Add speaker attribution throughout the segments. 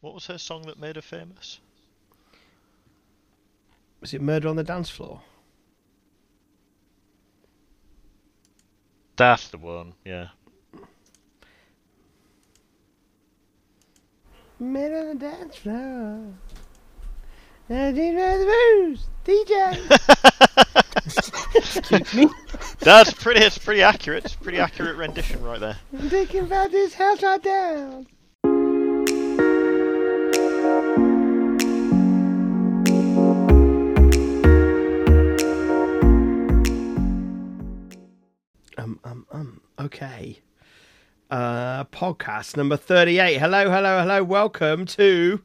Speaker 1: What was her song that made her famous?
Speaker 2: Was it Murder on the Dance Floor?
Speaker 1: That's the one. Yeah.
Speaker 2: Murder on the Dance Floor. I didn't know the blues. DJ.
Speaker 1: That's pretty. It's pretty accurate. It's a pretty accurate rendition right there.
Speaker 2: I'm thinking about this house right down. Um, um, um. Okay. Uh, podcast number 38. Hello, hello, hello. Welcome to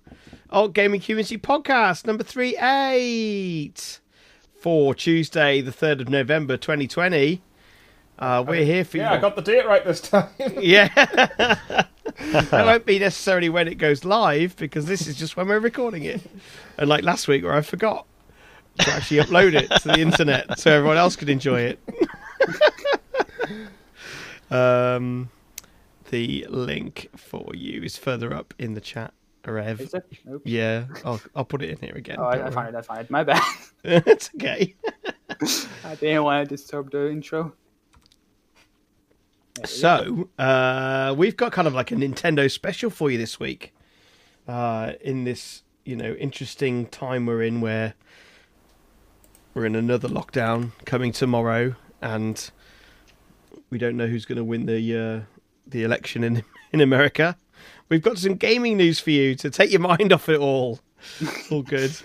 Speaker 2: Alt Gaming Community Podcast number 38 for Tuesday, the 3rd of November 2020. Uh, we're here for
Speaker 3: Yeah,
Speaker 2: you.
Speaker 3: I got the date right this time.
Speaker 2: Yeah. that won't be necessarily when it goes live because this is just when we're recording it. And like last week where I forgot to actually upload it to the internet so everyone else could enjoy it. um, the link for you is further up in the chat, Rev.
Speaker 4: Is it? Nope.
Speaker 2: Yeah, I'll, I'll put it in here again.
Speaker 4: Oh, I, I
Speaker 2: don't
Speaker 4: find
Speaker 2: worry.
Speaker 4: it. I find it. My bad.
Speaker 2: it's okay.
Speaker 4: I didn't want to disturb the intro.
Speaker 2: So, uh, we've got kind of like a Nintendo special for you this week. Uh, in this, you know, interesting time we're in where we're in another lockdown coming tomorrow and we don't know who's going to win the uh, the election in in America. We've got some gaming news for you to take your mind off it all. It's all good.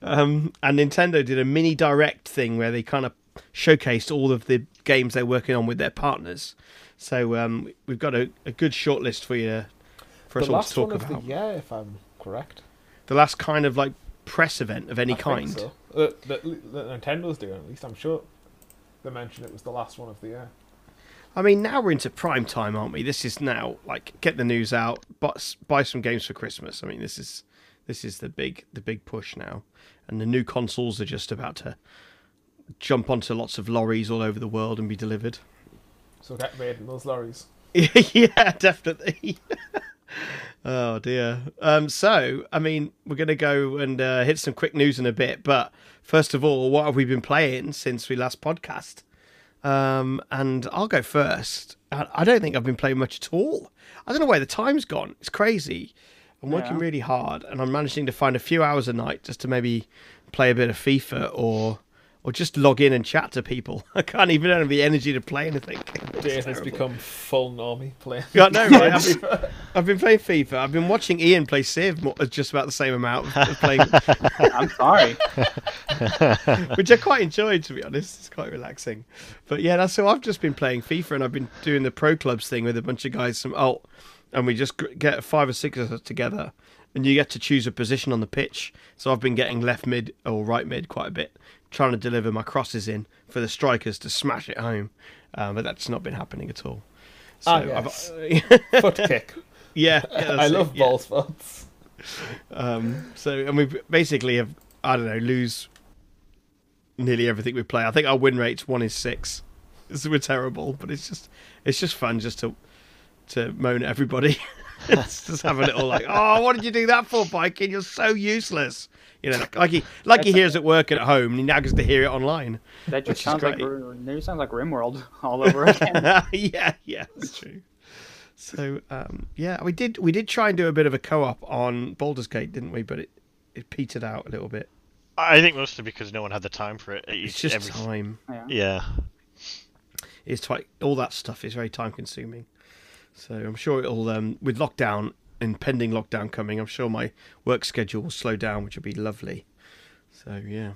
Speaker 2: Um, and Nintendo did a mini direct thing where they kind of showcased all of the games they're working on with their partners. So um, we've got a, a good shortlist for you for us
Speaker 3: the
Speaker 2: all to
Speaker 3: last
Speaker 2: talk
Speaker 3: one of
Speaker 2: about.
Speaker 3: the year, if I'm correct.
Speaker 2: The last kind of like press event of any
Speaker 3: I think
Speaker 2: kind.
Speaker 3: so. That, Uh, that, that Nintendo's doing, at least I'm sure. They mentioned it was the last one of the year.
Speaker 2: I mean, now we're into prime time, aren't we? This is now like get the news out, but buy some games for Christmas. I mean, this is this is the big the big push now, and the new consoles are just about to jump onto lots of lorries all over the world and be delivered.
Speaker 3: So get raiding those lorries.
Speaker 2: yeah, definitely. oh dear. Um, so, I mean, we're going to go and uh, hit some quick news in a bit, but first of all, what have we been playing since we last podcast? Um, and I'll go first. I, I don't think I've been playing much at all. I don't know where the time's gone. It's crazy. I'm working
Speaker 4: Yeah.
Speaker 2: really hard, and I'm managing to find a few hours a night just to maybe play a bit of FIFA or. Or just log in and chat to people. I can't even I don't have the energy to play anything. It's
Speaker 3: Dave has
Speaker 2: terrible.
Speaker 3: become full normie player.
Speaker 2: God, no, right? I've, been, I've been playing FIFA. I've been watching Ian play Civ mo- just about the same amount of playing,
Speaker 4: I'm sorry.
Speaker 2: which I quite enjoyed, to be honest. It's quite relaxing. But yeah, that's so I've just been playing FIFA and I've been doing the pro clubs thing with a bunch of guys from alt, and we just gr- get five or six of us together, and you get to choose a position on the pitch. So I've been getting left mid or right mid quite a bit, trying to deliver my crosses in for the strikers to smash it home. Uh, but that's not been happening at all. So
Speaker 3: Ah, yes. Foot kick.
Speaker 2: yeah, yeah,
Speaker 3: I
Speaker 2: that's it,
Speaker 3: love
Speaker 2: yeah.
Speaker 3: ball spots.
Speaker 2: Um, so, and we basically have, I don't know, lose nearly everything we play. I think our win rate's one is six. So we're terrible, but it's just, it's just fun just to, to moan at everybody. It's just have a little like, oh, what did you do that for, Biking? You're so useless. You know, like, like he, like he hears at work and at home, and he now gets to hear it online.
Speaker 4: That
Speaker 2: Which is
Speaker 4: just sounds like
Speaker 2: great.
Speaker 4: Ru- that sounds like Rimworld all over again.
Speaker 2: yeah, yeah, that's true. So um, yeah, we did we did try and do a bit of a co-op on Baldur's Gate, didn't we? But it, it petered out a little bit.
Speaker 1: I think mostly because no one had the time for it.
Speaker 2: It's just
Speaker 1: every-
Speaker 2: time.
Speaker 4: Yeah.
Speaker 1: Yeah.
Speaker 2: It's twi- all that stuff is very time consuming. So I'm sure it'll um, with lockdown and pending lockdown coming, I'm sure my work schedule will slow down, which will be lovely. So yeah,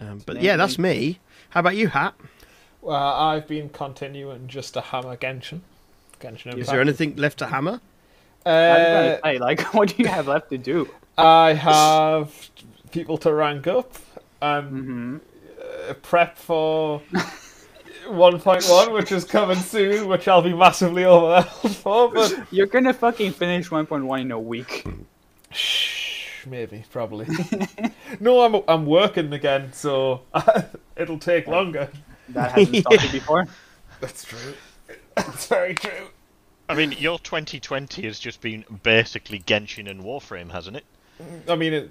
Speaker 2: um, but yeah, that's me. How about you, Hat?
Speaker 3: Well, I've been continuing just to hammer Genshin. Genshin Impact.
Speaker 2: Is there anything left to hammer?
Speaker 4: I was gonna
Speaker 3: Uh,
Speaker 4: say, like, what do you have left to do?
Speaker 3: I have people to rank up. Um,
Speaker 4: hmm
Speaker 3: prep for 1.1, which is coming soon, which I'll be massively overwhelmed for, but
Speaker 4: You're gonna fucking finish 1.1 in a week.
Speaker 3: shh, maybe, probably. no, I'm I'm working again, so it'll take longer.
Speaker 4: That hasn't stopped you before.
Speaker 3: That's true. That's very true.
Speaker 1: I mean, your 2020 has just been basically Genshin and Warframe, hasn't it?
Speaker 3: I mean, it,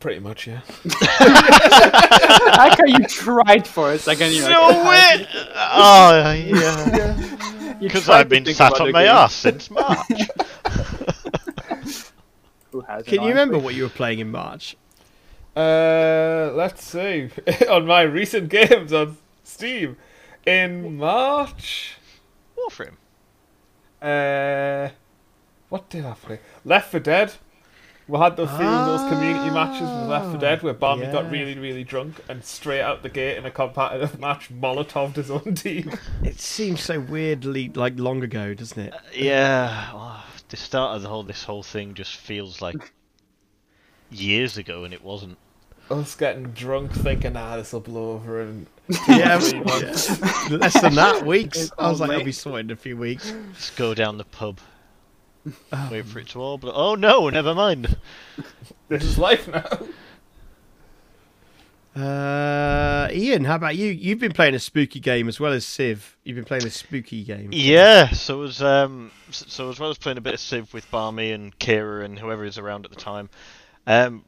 Speaker 3: pretty much, yeah.
Speaker 4: I like how you tried for a second. You're like,
Speaker 1: No way! Oh, yeah.
Speaker 4: you
Speaker 1: Because
Speaker 4: tried
Speaker 1: I've
Speaker 4: to
Speaker 1: been
Speaker 4: think
Speaker 1: sat
Speaker 4: about
Speaker 1: on
Speaker 4: the
Speaker 1: my
Speaker 4: game.
Speaker 1: ass since March.
Speaker 4: Who hasn't,
Speaker 2: Can you
Speaker 4: honestly?
Speaker 2: remember what you were playing in March?
Speaker 3: Uh, let's see. on my recent games on Steam in March.
Speaker 1: Warframe.
Speaker 3: Uh, what did I play? Left for Dead. We had those, few those community matches with Left for Dead where Barney
Speaker 2: yeah.
Speaker 3: got really, really drunk and straight out the gate in a competitive match Molotoved his own team.
Speaker 2: It seems so weirdly like long ago, doesn't it?
Speaker 1: Yeah, oh, the start of the whole this whole thing just feels like years ago, and it wasn't.
Speaker 3: Us getting drunk thinking, ah, this will blow over and
Speaker 2: yeah,
Speaker 3: three
Speaker 2: yeah.
Speaker 3: months.
Speaker 2: less than that. Weeks.
Speaker 4: It's
Speaker 2: I was
Speaker 4: all
Speaker 2: like, I'll
Speaker 4: late.
Speaker 2: be sorted in a few weeks.
Speaker 1: Let's go down the pub,
Speaker 4: Um,
Speaker 1: wait for it to all blow. Oh no, never mind.
Speaker 3: This is life now.
Speaker 2: Uh, Ian, how about you? You've been playing a spooky game as well as Civ. You've been playing a spooky game.
Speaker 1: Yeah, so as um, s- so as well as playing a bit of Civ with Barmy and Kira and whoever is around at the time, um,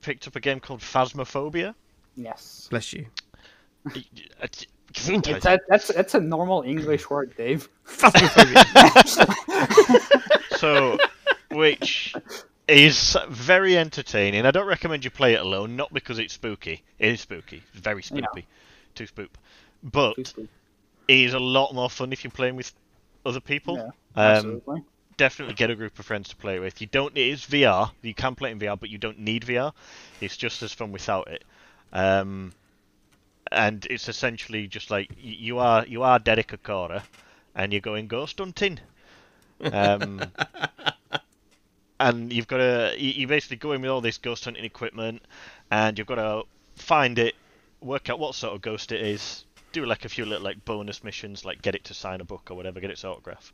Speaker 1: picked up a game called Phasmophobia.
Speaker 4: Yes.
Speaker 2: Bless you.
Speaker 4: It's a, that's that's a normal English word, Dave.
Speaker 1: so, which is very entertaining. I don't recommend you play it alone, not because it's spooky. It is spooky. It's very
Speaker 4: Yeah.
Speaker 1: spooky. Too spoop. But
Speaker 4: Please do.
Speaker 1: it is a lot more fun if you're playing with other people.
Speaker 4: Yeah,
Speaker 1: um,
Speaker 4: absolutely.
Speaker 1: definitely get a group of friends to play with. You don't. It is VR. You can play it in VR, but you don't need VR. It's just as fun without it. Um, and it's essentially just like y- you are you are Derek Akora, and you're going ghost hunting. Um, and you've got to you, you basically go in with all this ghost hunting equipment, and you've got to find it, work out what sort of ghost it is. Do like a few little like bonus missions, like get it to sign a book or whatever, get its autograph.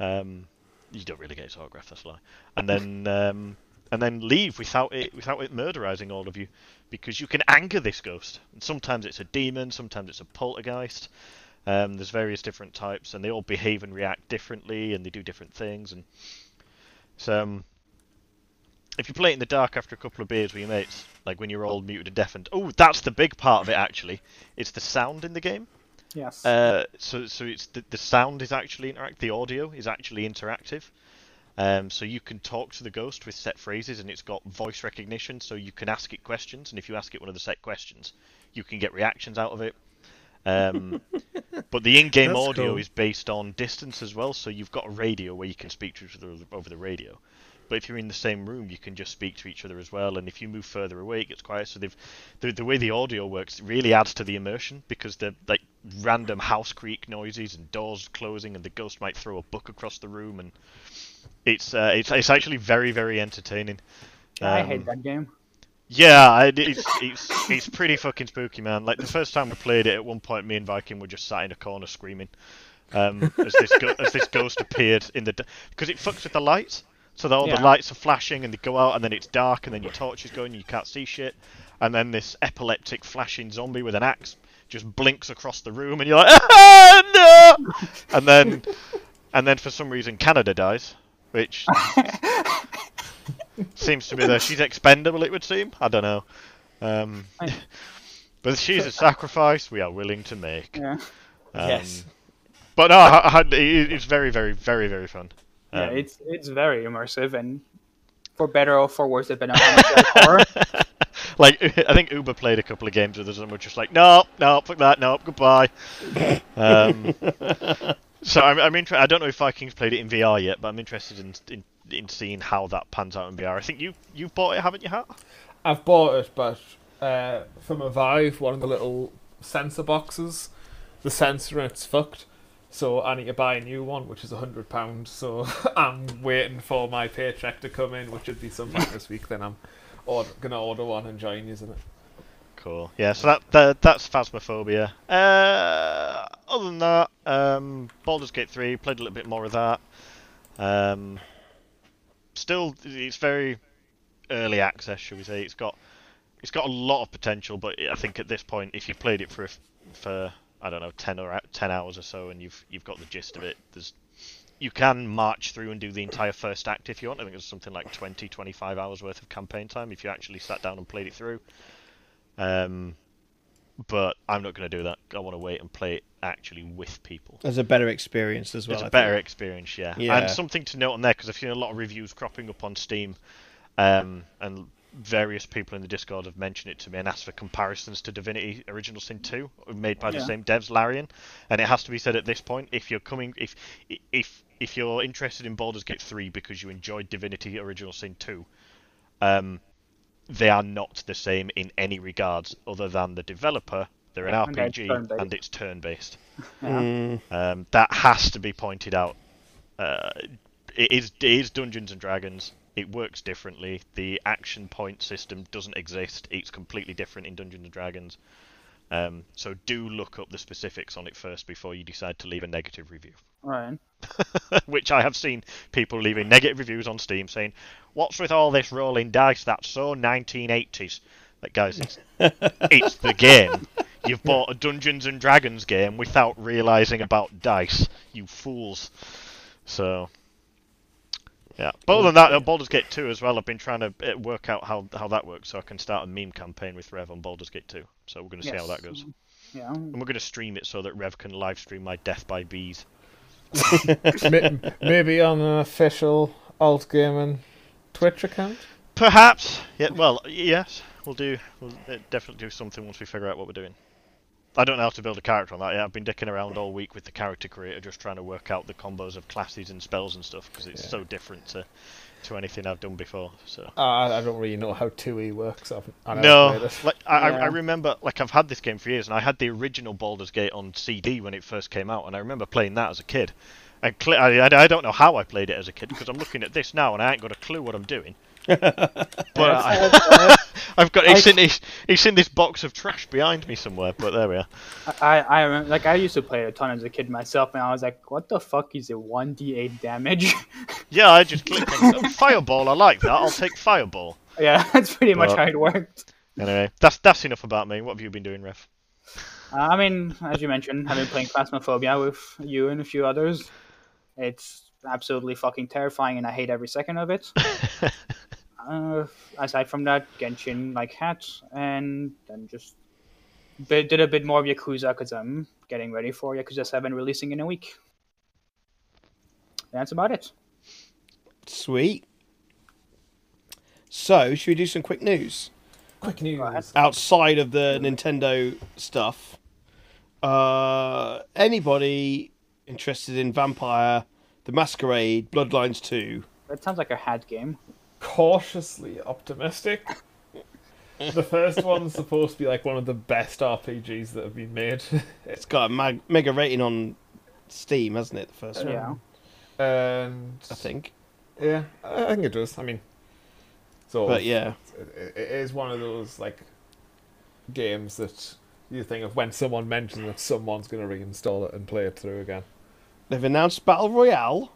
Speaker 1: Um, you don't really get its autograph, that's a lie. And then um, and then leave without it without it murderizing all of you, because you can anger this ghost. And sometimes it's a demon, sometimes it's a poltergeist. Um, there's various different types, and they all behave and react differently, and they do different things. And so, um, if you play it in the dark after a couple of beers with your mates, like when you're all muted and deafened, oh, that's the big part of it actually. It's the sound in the game.
Speaker 4: Yes.
Speaker 1: Uh, so so it's the, the sound is actually interact the audio is actually interactive. Um, so you can talk to the ghost with set phrases and it's got voice recognition so you can ask it questions and if you ask it one of the set questions you can get reactions out of it. Um, but the in-game
Speaker 2: That's
Speaker 1: audio
Speaker 2: cool.
Speaker 1: is based on distance as well so you've got a radio where you can speak to each other over the radio. But if you're in the same room, you can just speak to each other as well. And if you move further away, it gets quiet. So they've, the, the way the audio works really adds to the immersion because the like random house creak noises and doors closing, and the ghost might throw a book across the room, and it's uh, it's it's actually very very entertaining.
Speaker 4: I
Speaker 1: um,
Speaker 4: hate that game.
Speaker 1: Yeah, I, it's it's it's pretty fucking spooky, man. Like the first time we played it, at one point, me and Viking were just sat in a corner screaming um, as this go- as this ghost appeared in the because it fucks with the lights, so that all
Speaker 4: Yeah.
Speaker 1: the lights are flashing and they go out, and then it's dark, and then your torch is going, and you can't see shit, and then this epileptic flashing zombie with an axe just blinks across the room, and you're like, ah, no, and then and then for some reason Canada dies, which seems to be there. She's expendable, it would seem. I don't know. Um,
Speaker 4: I-
Speaker 1: but she's a sacrifice we are willing to make.
Speaker 4: uh, Yeah.
Speaker 1: Um,
Speaker 3: Yes.
Speaker 1: But no, I, I had, it, it's very, very, very, very fun.
Speaker 4: Yeah,
Speaker 1: Um,
Speaker 4: it's it's very immersive and for better or for worse, depending on how much you like horror.
Speaker 1: like I think Uber played a couple of games with us and we're just like, no, no, fuck that, no, goodbye. um, so I'm, I'm interested. I don't know if Vikings played it in VR yet, but I'm interested in, in in seeing how that pans out in VR. I think you you've bought it, haven't you, Hat?
Speaker 3: I've bought it, but uh, from a Vive, one of the little sensor boxes, the sensor in it's fucked. So I need to buy a new one, which is a hundred pounds. So I'm waiting for my paycheck to come in, which would be sometime this week. Then I'm order- gonna order one and join you in it.
Speaker 1: Cool. Yeah. So that, that that's Phasmophobia. Uh, other than that, um, Baldur's Gate three played a little bit more of that. Um, still, it's very early access, shall we say? It's got it's got a lot of potential, but I think at this point, if you played it for a f- for I don't know ten or out- ten hours or so, and you've you've got the gist of it, there's you can march through and do the entire first act if you want. I think it's something like 20, 25 hours worth of campaign time if you actually sat down and played it through. Um, but I'm not going to do that. I want to wait and play it actually with people.
Speaker 2: There's a better experience as well.
Speaker 1: It's
Speaker 2: I
Speaker 1: a
Speaker 2: think.
Speaker 1: better experience, yeah.
Speaker 2: Yeah.
Speaker 1: And something to note on there because I've seen a lot of reviews cropping up on Steam, um, and various people in the Discord have mentioned it to me and asked for comparisons to Divinity Original Sin 2, made by the
Speaker 4: Yeah.
Speaker 1: same devs, Larian. And it has to be said at this point, if you're coming, if if if you're interested in Baldur's Gate 3 because you enjoyed Divinity Original Sin 2, um, they are not the same in any regards other than the developer. They're an
Speaker 4: And they're
Speaker 1: RPG
Speaker 4: turn-based.
Speaker 1: and it's turn-based.
Speaker 4: Yeah.
Speaker 1: Um, that has to be pointed out. Uh, it is it is Dungeons and Dragons. It works differently. The action point system doesn't exist. It's completely different in Dungeons and Dragons. Um, so do look up the specifics on it first before you decide to leave a negative review.
Speaker 4: Right.
Speaker 1: Which I have seen people leaving negative reviews on Steam saying, "What's with all this rolling dice? That's so 1980s." Like guys, it's, it's the game. You've bought a Dungeons and Dragons game without realizing about dice, you fools. So, yeah. But other than that, uh, Baldur's Gate 2 as well. I've been trying to uh, work out how, how that works, so I can start a meme campaign with Rev on Baldur's Gate 2. So we're going to see how
Speaker 4: Yes.
Speaker 1: that goes,
Speaker 4: Yeah.
Speaker 1: and we're going to stream it so that Rev can live stream my death by bees.
Speaker 3: M- Maybe on an official alt gaming Twitch account.
Speaker 1: Perhaps. Yeah. Well, yes. We'll do. We'll uh, definitely do something once we figure out what we're doing. I don't know how to build a character on that yet. I've been dicking around all week with the character creator, just trying to work out the combos of classes and spells and stuff because it's
Speaker 3: Yeah.
Speaker 1: so different to to anything I've done before. So.
Speaker 3: Uh, I I don't really know how 2e works. I've, I never played
Speaker 1: No,
Speaker 3: it.
Speaker 1: like I, I- I
Speaker 4: Yeah.
Speaker 1: remember, like I've had this game for years, and I had the original Baldur's Gate on CD when it first came out, and I remember playing that as a kid. And cle I, I, I don't know how I played it as a kid because I'm looking at this now and I ain't got a clue what I'm doing. but I, I've got it's in this it's in this box of trash behind me somewhere. But there we are.
Speaker 4: I, I remember, like, I used to play it a ton as a kid myself, and I was like, what the fuck is a 1d8 damage?
Speaker 1: Yeah, I just clicked on stuff. fireball. I like that. I'll take fireball.
Speaker 4: yeah, that's pretty much
Speaker 1: Well-
Speaker 4: how it worked.
Speaker 1: Anyway, that's that's enough about me. What have you been doing, Ref?
Speaker 4: Uh, I mean, as you mentioned, I've been playing Phasmophobia with you and a few others. It's absolutely fucking terrifying, and I hate every second of it. uh, aside from that, Genshin like hat, and then just bit, did a bit more of Yakuza because I'm getting ready for Yakuza 7 releasing in a week. That's about it.
Speaker 2: Sweet. So, should we do some quick news
Speaker 3: Quick news.
Speaker 4: Right.
Speaker 2: outside of the Nintendo stuff? Uh, anybody interested in Vampire, The Masquerade, Bloodlines 2?
Speaker 4: That sounds like a hat game.
Speaker 3: Cautiously optimistic. the first one's supposed to be like one of the best RPGs that have been made.
Speaker 2: It's got a mag- mega rating on Steam, hasn't it? The first one,
Speaker 4: Yeah.
Speaker 3: and
Speaker 2: I think.
Speaker 3: yeah, I I think it does. I mean, so
Speaker 2: But yeah,
Speaker 3: it, it is one of those like games that you think of when someone mentions it, someone's going to reinstall it and play it through again.
Speaker 2: they've announced Battle Royale.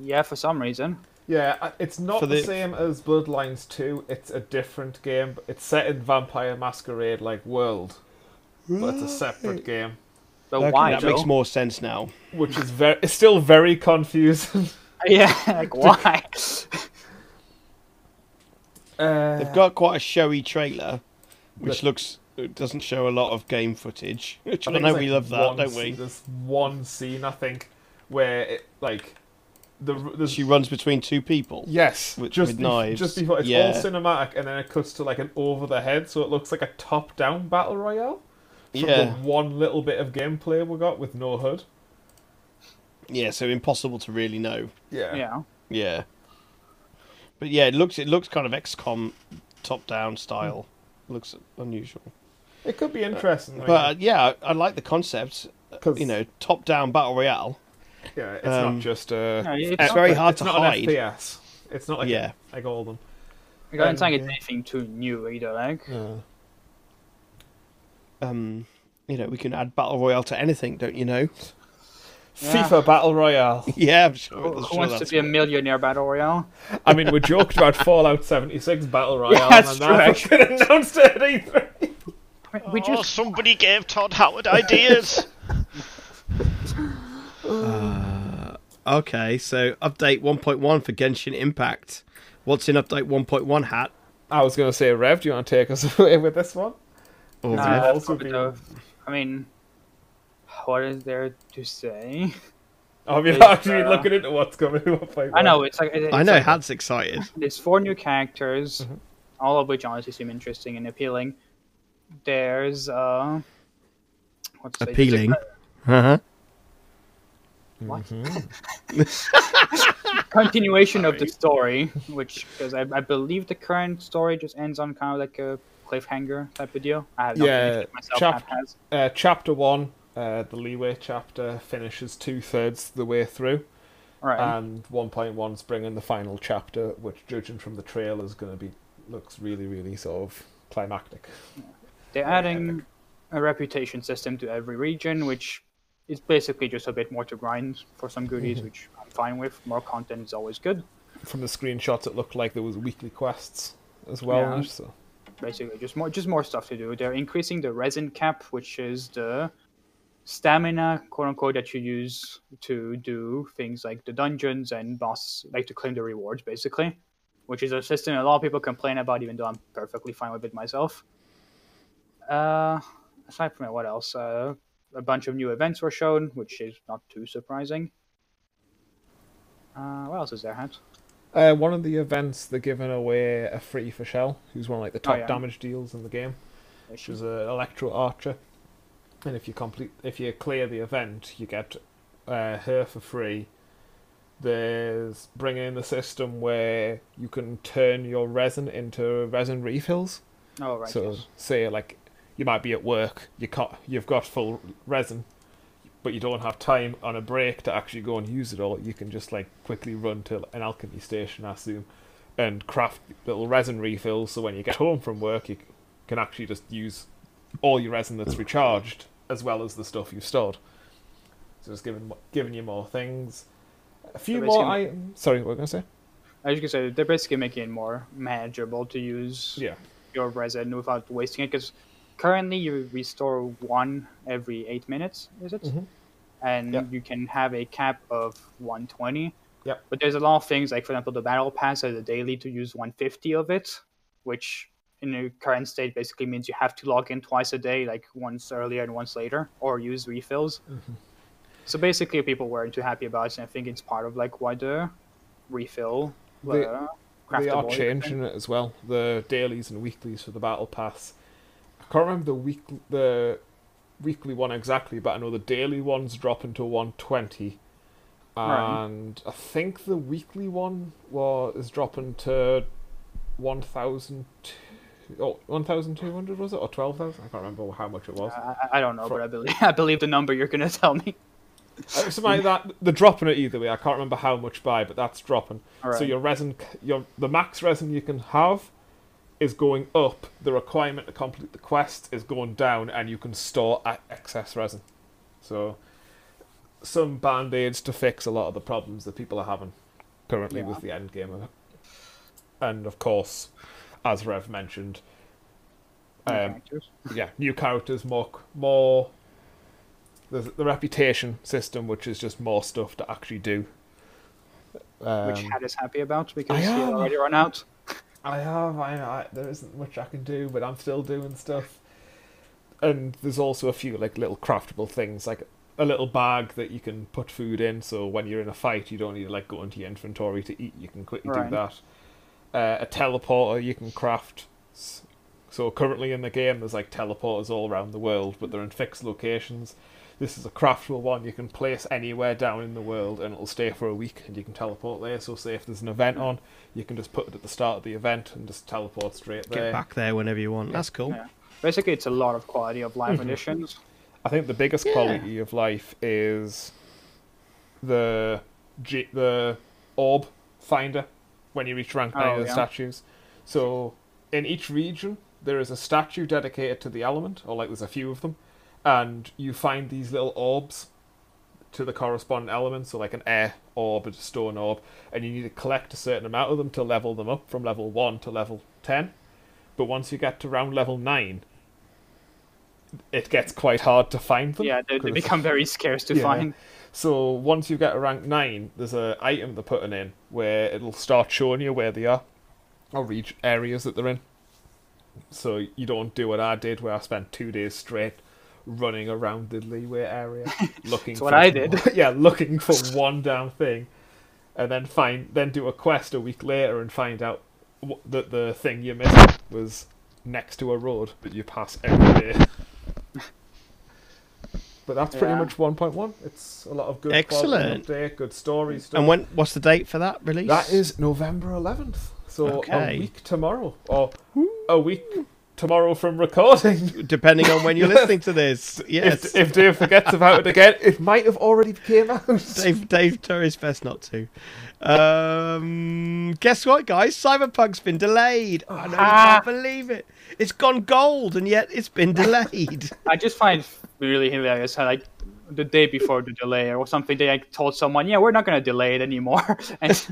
Speaker 4: Yeah, for some reason.
Speaker 3: Yeah, I- it's not
Speaker 2: For
Speaker 3: the
Speaker 2: the-
Speaker 3: same as Bloodlines 2. It's a different game. but It's set in Vampire Masquerade like world, but it's a separate game,
Speaker 4: But
Speaker 2: Okay,
Speaker 4: why?
Speaker 2: that
Speaker 4: though?
Speaker 2: makes more sense now.
Speaker 3: which is very it's still very confusing.
Speaker 4: Yeah, like why?
Speaker 3: Uh,
Speaker 2: They've got quite a showy trailer, which
Speaker 3: But-
Speaker 2: looks it doesn't show a lot of game footage. Which I,
Speaker 3: think
Speaker 2: know
Speaker 3: it's,
Speaker 2: we
Speaker 3: like,
Speaker 2: love that,
Speaker 3: one
Speaker 2: don't
Speaker 3: scene-
Speaker 2: we?
Speaker 3: There's one scene I think where it like the there's
Speaker 2: She runs between two people.
Speaker 3: Yes,
Speaker 2: With-
Speaker 3: just
Speaker 2: with
Speaker 3: bef-
Speaker 2: knives.
Speaker 3: just before it's
Speaker 2: Yeah.
Speaker 3: all cinematic, and then it cuts to like an over the head, so it looks like a top-down battle royale. From
Speaker 2: Yeah.
Speaker 3: the one little bit of gameplay we got with no HUD.
Speaker 2: Yeah, so impossible to really know.
Speaker 4: yeah.
Speaker 2: Yeah. But yeah, it looks it looks kind of XCOM top down style. Looks unusual.
Speaker 3: it could be interesting.
Speaker 2: But uh, yeah, I, I like the concept. uh,
Speaker 3: 'Cause-
Speaker 2: You know, top down battle royale.
Speaker 3: like, yeah, it's
Speaker 2: um,
Speaker 3: not just a.
Speaker 4: No, it's
Speaker 2: It's
Speaker 4: not-
Speaker 2: very hard
Speaker 3: it's
Speaker 2: to
Speaker 3: not
Speaker 2: hide.
Speaker 3: An FPS. It's not like
Speaker 2: Yeah.
Speaker 3: like all of them.
Speaker 4: Like, I don't
Speaker 3: Um,
Speaker 4: think it's
Speaker 3: yeah.
Speaker 4: anything too new either. Like,
Speaker 2: Um, you know, we can add battle royale to anything, don't you know?
Speaker 4: Yeah.
Speaker 3: FIFA Battle Royale.
Speaker 2: Yeah, I'm sure.
Speaker 4: Oh, who,
Speaker 2: I'm
Speaker 4: who
Speaker 2: sure
Speaker 4: wants to
Speaker 2: that's
Speaker 4: be a millionaire battle royale?
Speaker 3: I mean, we joked about Fallout 76 Battle Royale,
Speaker 4: that's
Speaker 3: and then fucking announced it at E3.
Speaker 4: I mean, We
Speaker 1: Oh,
Speaker 4: just
Speaker 1: somebody gave Todd Howard ideas.
Speaker 2: Okay, so update 1.1 for Genshin Impact. What's in update 1.1 hat?
Speaker 3: I was going to say, Rev, do you want to take us away with this one?
Speaker 2: Or
Speaker 4: Nah,
Speaker 3: Nah.
Speaker 2: Rev?
Speaker 3: We've
Speaker 4: that's
Speaker 3: also
Speaker 4: probably
Speaker 3: been-
Speaker 4: the- uh, I mean, what is there to say?
Speaker 3: I mean,
Speaker 4: Yeah.
Speaker 3: actually looking into what's coming up. Like,
Speaker 4: I know it's like it-
Speaker 2: I
Speaker 4: it's
Speaker 2: know Mm-hmm.
Speaker 4: like-
Speaker 2: Hat's excited.
Speaker 4: There's four new characters, all of which honestly seem interesting and appealing. There's uh, what's it-
Speaker 2: Appealing. Uh-huh.
Speaker 4: What? continuation of the story, which because I, I believe the current story just ends on kind of like a cliffhanger type of deal. I have not
Speaker 3: Yeah,
Speaker 4: finished it myself.
Speaker 3: chap-
Speaker 4: Pat has.
Speaker 3: uh, chapter one, uh, the leeway chapter finishes two thirds the way through,
Speaker 4: All
Speaker 2: uh,
Speaker 4: right.
Speaker 3: and 1.1's bringing the final chapter, which, judging from the trail, is going to be looks really, really sort of climactic.
Speaker 4: They're adding a reputation system to every region, which is basically just a bit more to grind for some goodies, which I'm fine with. More content is always good.
Speaker 3: From the screenshots, it looked like there was weekly quests as well.
Speaker 4: Yeah.
Speaker 3: So
Speaker 4: Basically, just more just more stuff to do. They're increasing the resin cap, which is the stamina, quote unquote, that you use to do things like the dungeons and boss, like to claim the rewards, basically. Which is a system a lot of people complain about, even though I'm perfectly fine with it myself. Uh, aside from that, what else? Uh, a bunch of new events were shown, which is not too surprising. Uh, what else is there, Hans?
Speaker 3: Uh, one of the events they're giving away a free for Shell, who's one of like the top
Speaker 4: yeah.
Speaker 3: damage deals in the game. Which is an electro archer, and if you complete, if you clear the event, you get uh, her for free. There's bringing in the system where you can turn your resin into resin refills.
Speaker 4: Oh, right.
Speaker 3: so
Speaker 4: yes.
Speaker 3: say like you might be at work, you can't, you've got full resin, but you don't have time on a break to actually go and use it all. You can just like quickly run to an alchemy station, I assume, and craft little resin refills. So when you get home from work, you c- can actually just use all your resin that's recharged as well as the stuff you've stored. So it's giving mo- giving you more things. A few more
Speaker 4: basically-
Speaker 3: items. Sorry, what were I gonna say?
Speaker 4: As you can say, they're basically making it more manageable to use
Speaker 3: Yeah.
Speaker 4: your resin without wasting it. Because currently you restore one every eight minutes, is it?
Speaker 3: Mhm.
Speaker 4: And
Speaker 3: Yep.
Speaker 4: you can have a cap of 120.
Speaker 3: Yep.
Speaker 4: But there's a lot of things, like for example, the battle pass has a daily to use 150 of it, which in the current state basically means you have to log in twice a day, like once earlier and once later, or use refills.
Speaker 3: Mm-hmm.
Speaker 4: So basically, people weren't too happy about it, and I think it's part of like why the refill.
Speaker 3: They-
Speaker 4: uh,
Speaker 3: they are
Speaker 4: craftable is a thing.
Speaker 3: changing it as well. The dailies and weeklies for the battle pass. I can't remember the week the weekly one exactly, but I know the daily one's dropping to one twenty,
Speaker 4: Right.
Speaker 3: and I think the weekly one was is dropping to one thousand. Oh, 1,200 was it? Or 12,000? I can't remember how much it was.
Speaker 4: I, I- I don't know,
Speaker 3: Fro-
Speaker 4: but I believe I believe the number you're gonna tell me.
Speaker 3: Uh, Something like that. They're dropping it either way. I can't remember how much by, but that's dropping. So
Speaker 4: Alright.
Speaker 3: your resin, c- your the max resin you can have is going up. The requirement to complete the quest is going down, and you can store a- excess resin. So some band aids to fix a lot of the problems that people are having currently with the end game of it. And of course, as Rev mentioned, um,
Speaker 4: Characters.
Speaker 3: yeah, new characters, more more the the reputation system, which is just more stuff to actually do.
Speaker 4: which
Speaker 3: Um,
Speaker 4: Had is happy about because
Speaker 3: I
Speaker 4: he had
Speaker 3: am.
Speaker 4: already run out.
Speaker 3: I have, I, I there isn't much I can do, but I'm still doing stuff. And there's also a few like little craftable things, like a little bag that you can put food in, so when you're in a fight, you don't need to like go into your inventory to eat. You can quickly
Speaker 4: Right.
Speaker 3: do that. Uh, a teleporter you can craft. S- So currently in the game, there's like teleporters all around the world, but they're in fixed locations. This is a craftable one you can place anywhere down in the world, and it'll stay for a week, and you can teleport there. So say if there's an event on, you can just put it at the start of the event and just teleport straight
Speaker 2: Get
Speaker 3: there.
Speaker 2: back there whenever you want. That's cool.
Speaker 4: Yeah. Basically, it's a lot of quality of life
Speaker 3: Mm-hmm.
Speaker 4: additions.
Speaker 3: I think the biggest quality of life is the ge- the orb finder when you reach rank nine
Speaker 4: Oh,
Speaker 3: of the
Speaker 4: yeah.
Speaker 3: statues. So in each region there is a statue dedicated to the element, or like there's a few of them, and you find these little orbs to the corresponding element, so like an air orb, a stone orb, and you need to collect a certain amount of them to level them up from level one to level ten. But once you get to round level nine, it gets quite hard to find them.
Speaker 4: Yeah, they, they
Speaker 3: 'cause-
Speaker 4: become very scarce to
Speaker 3: Yeah.
Speaker 4: find.
Speaker 3: So once you get to rank nine, there's a item they're putting in where it'll start showing you where they are, or reach areas that they're in. So you don't do what I did, where I spent two days straight running around the leeway area looking.
Speaker 4: That's
Speaker 3: for
Speaker 4: what I did.
Speaker 3: yeah, looking for one damn thing, and then find then do a quest a week later and find out wh- that the thing you missed was next to a road that you pass every day. But that's pretty
Speaker 4: Yeah.
Speaker 3: much 1.1. It's a lot of good
Speaker 2: Excellent.
Speaker 3: quality update, good stories.
Speaker 2: And when? What's the date for that release?
Speaker 3: that is November 11th, so
Speaker 2: Okay.
Speaker 3: a week tomorrow, or a week tomorrow from recording.
Speaker 2: depending on when you're listening to this. Yes,
Speaker 3: If, if Dave forgets about it again, it might have already came out.
Speaker 2: Dave Dave Torres best not to. Um, guess what, guys? Cyberpunk's been delayed. I know, I can't believe it. It's gone gold, and yet it's been delayed.
Speaker 4: I just find it really hilarious how like the day before the delay or something they like told someone, yeah, we're not gonna delay it anymore, and,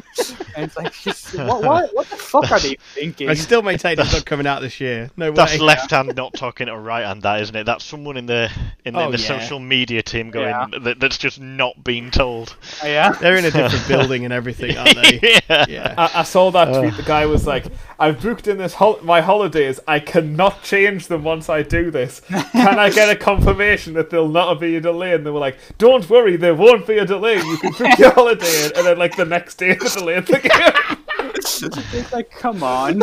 Speaker 4: and it's like, just, what, what, what the fuck are they thinking?
Speaker 2: I still maintain it's not coming out this year. No way.
Speaker 1: That's left hand not talking to right hand, that isn't it? That's someone in the in the,
Speaker 2: Oh,
Speaker 1: in the
Speaker 2: yeah.
Speaker 1: social media team going
Speaker 4: Yeah.
Speaker 1: that, that's just not being told.
Speaker 4: yeah,
Speaker 2: They're in a different building and everything, aren't they?
Speaker 1: yeah.
Speaker 2: Yeah.
Speaker 3: I, I saw that tweet. The guy was like, "I've booked in this hol- my holidays. I cannot change them once I do this. Can I get a confirmation that there'll not be a delay?" And they were like, "Don't worry, there won't be a delay. You can book your holiday." In. And then like the next day, the delay again.
Speaker 4: it's like come on,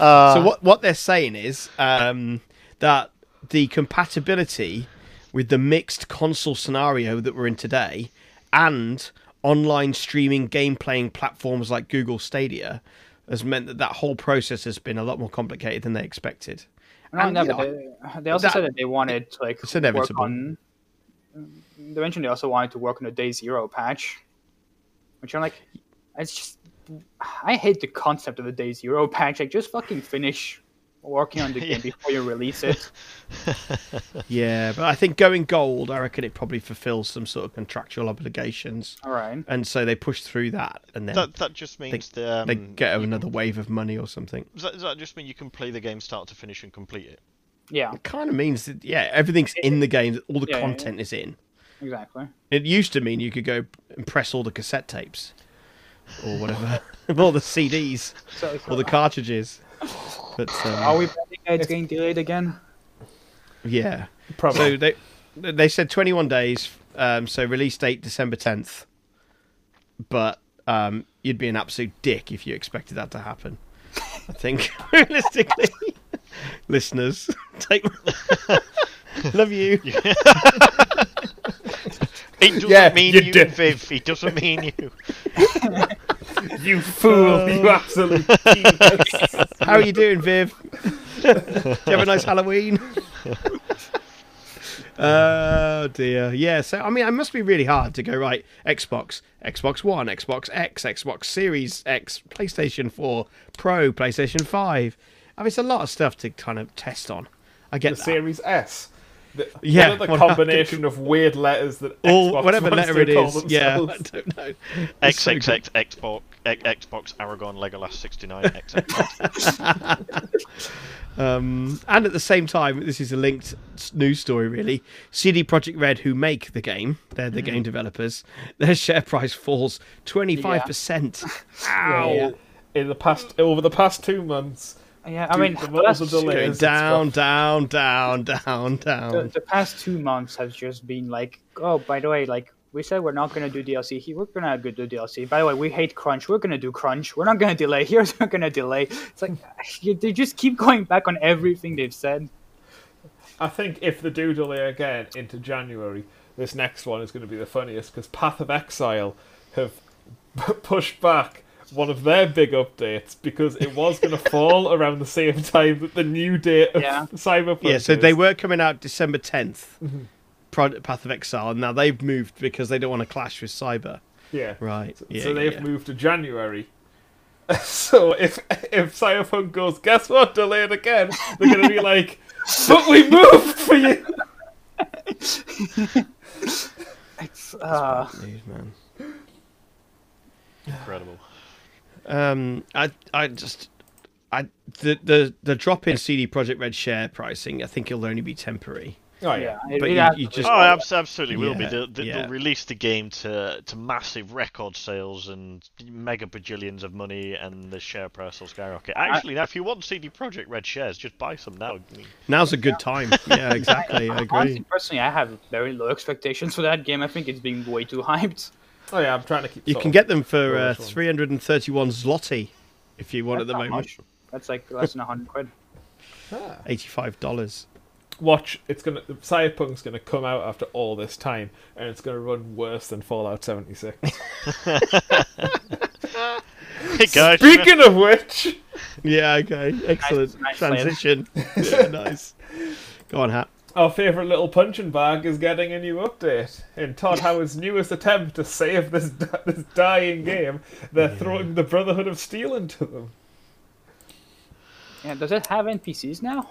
Speaker 1: Uh,
Speaker 2: so what what they're saying is um, that the compatibility with the mixed console scenario that we're in today and online streaming game playing platforms like Google Stadia has meant that that whole process has been a lot more complicated than they expected.
Speaker 4: No,
Speaker 2: And,
Speaker 4: no,
Speaker 2: you
Speaker 4: but
Speaker 2: know,
Speaker 4: uh, they, they also
Speaker 2: that-
Speaker 4: said that they wanted to like
Speaker 2: It's
Speaker 4: work
Speaker 2: inevitable.
Speaker 4: on. mm, They mentioned they also wanted to work on a day zero patch, which I'm like, it's just I hate the concept of a day zero patch. Like, just fucking finish working on the game before you release it.
Speaker 2: yeah, but I think going gold, I reckon it probably fulfills some sort of contractual obligations,
Speaker 4: All right.
Speaker 2: and so they push through that, and then
Speaker 1: That that just means the, um,
Speaker 2: they get another wave of money or something.
Speaker 1: does that, does that just mean you can play the game start to finish and complete it?
Speaker 4: Yeah,
Speaker 2: Kind of means that yeah, everything's in the game, all the
Speaker 4: Yeah, yeah, yeah.
Speaker 2: content is in.
Speaker 4: exactly.
Speaker 2: It used to mean you could go and press all the cassette tapes or whatever, all the CDs
Speaker 4: So,
Speaker 2: or the cartridges. But
Speaker 4: are
Speaker 2: um,
Speaker 4: we betting that it's getting delayed again?
Speaker 2: yeah, so
Speaker 3: Probably.
Speaker 2: they they said 21 days, um, so release date December 10th. But um, you'd be an absolute dick if you expected that to happen. I think realistically, listeners, take love you.
Speaker 1: It doesn't
Speaker 3: Yeah,
Speaker 1: mean
Speaker 3: you
Speaker 1: you,
Speaker 3: did.
Speaker 1: Viv. It doesn't mean you.
Speaker 3: you fool!
Speaker 2: Uh,
Speaker 3: you absolute genius.
Speaker 2: How are you doing, Viv? Do you have a nice Halloween? oh dear. Yeah, so I mean it must be really hard to go right Xbox, Xbox One, Xbox X, Xbox Series X, PlayStation 4 Pro, PlayStation 5. I mean it's a lot of stuff to kind of test on. I get
Speaker 3: The
Speaker 2: that.
Speaker 3: Series S. The,
Speaker 2: Yeah,
Speaker 3: what are
Speaker 2: what
Speaker 3: the
Speaker 2: happened?
Speaker 3: combination of weird letters that
Speaker 2: All,
Speaker 3: Xbox
Speaker 2: whatever
Speaker 3: wants
Speaker 2: letter it
Speaker 3: to call
Speaker 2: is. Yeah, I
Speaker 3: themselves?
Speaker 2: don't know. It's so good.
Speaker 1: XXX Xbox X- Xbox Aragon Legolas 69 XX.
Speaker 2: Um, and at the same time, this is a linked s- news story, really. CD Projekt Red, who make the game, they're the
Speaker 3: Mm.
Speaker 2: game developers, their share price falls 25%. Ow!
Speaker 4: Yeah.
Speaker 3: in the past over the past two months.
Speaker 4: Yeah, I
Speaker 3: Dude,
Speaker 4: mean,
Speaker 3: the
Speaker 4: well, that's
Speaker 3: multiple
Speaker 4: just-
Speaker 3: delays.
Speaker 2: Going
Speaker 3: It's
Speaker 2: down,
Speaker 3: rough.
Speaker 2: down, down, down,
Speaker 4: the,
Speaker 2: down.
Speaker 4: the past two months has just been like, oh, by the way, like we said, we're not gonna do DLC. Here, we're gonna go do DLC. By the way, we hate crunch. We're gonna do crunch. We're not gonna delay. Here's we're gonna delay. It's like you- they just keep going back on everything they've said.
Speaker 3: I think if they do delay again into January, this next one is going to be the funniest because Path of Exile have p- pushed back one of their big updates because it was going to fall around the same time that the new date of
Speaker 4: Yeah.
Speaker 3: Cyberpunk.
Speaker 2: Yeah, so they
Speaker 3: is.
Speaker 2: were coming out December 10th,
Speaker 3: Mm-hmm.
Speaker 2: Project Path of Exile, and now they've moved because they don't want to clash with Cyber.
Speaker 3: yeah.
Speaker 2: Right. Yeah,
Speaker 3: so
Speaker 2: yeah,
Speaker 3: they've
Speaker 2: yeah.
Speaker 3: moved to January. So if if Cyberpunk goes, guess what, delayed again, they're going to be like, but we moved for you.
Speaker 4: It's, uh,
Speaker 2: News, man.
Speaker 1: Incredible.
Speaker 2: Um, I I just I the the the drop in CD Project Red share pricing. I think it'll only be temporary.
Speaker 3: Oh yeah.
Speaker 4: Yeah, it-
Speaker 2: But
Speaker 4: it
Speaker 2: you-
Speaker 4: has-
Speaker 2: you just-
Speaker 1: Oh, abs- absolutely will be.
Speaker 2: Yeah,
Speaker 1: They'll, they'll
Speaker 2: yeah.
Speaker 1: release the game to to massive record sales and mega bajillions of money, and the share price will skyrocket. Actually, now if you want CD Projekt Red shares, just buy some now. I mean,
Speaker 2: Now's a good time. Yeah, exactly. I
Speaker 4: Honestly,
Speaker 2: agree.
Speaker 4: personally, I have very low expectations for that game. I think it's being way too hyped.
Speaker 3: Oh yeah. I'm trying to keep.
Speaker 2: You
Speaker 3: sort
Speaker 2: can
Speaker 3: of-
Speaker 2: get them for uh,
Speaker 3: Lowest one.
Speaker 2: 331 zloty if you want at the
Speaker 4: That's not
Speaker 2: moment.
Speaker 4: much. That's like less than hundred quid.
Speaker 3: Ah.
Speaker 2: $85.
Speaker 3: Watch, it's gonna Cyberpunk's gonna come out after all this time, and it's gonna run worse than Fallout 76.
Speaker 1: hey guys,
Speaker 3: Speaking of which,
Speaker 2: Yeah, okay. Excellent
Speaker 4: nice flavor.
Speaker 2: transition. yeah, nice. Go on, Hat.
Speaker 3: our favourite little punching bag is getting a new update. In Todd Howard's newest attempt to save this this dying game, they're throwing the Brotherhood of Steel into them.
Speaker 4: Yeah, does it have NPCs now?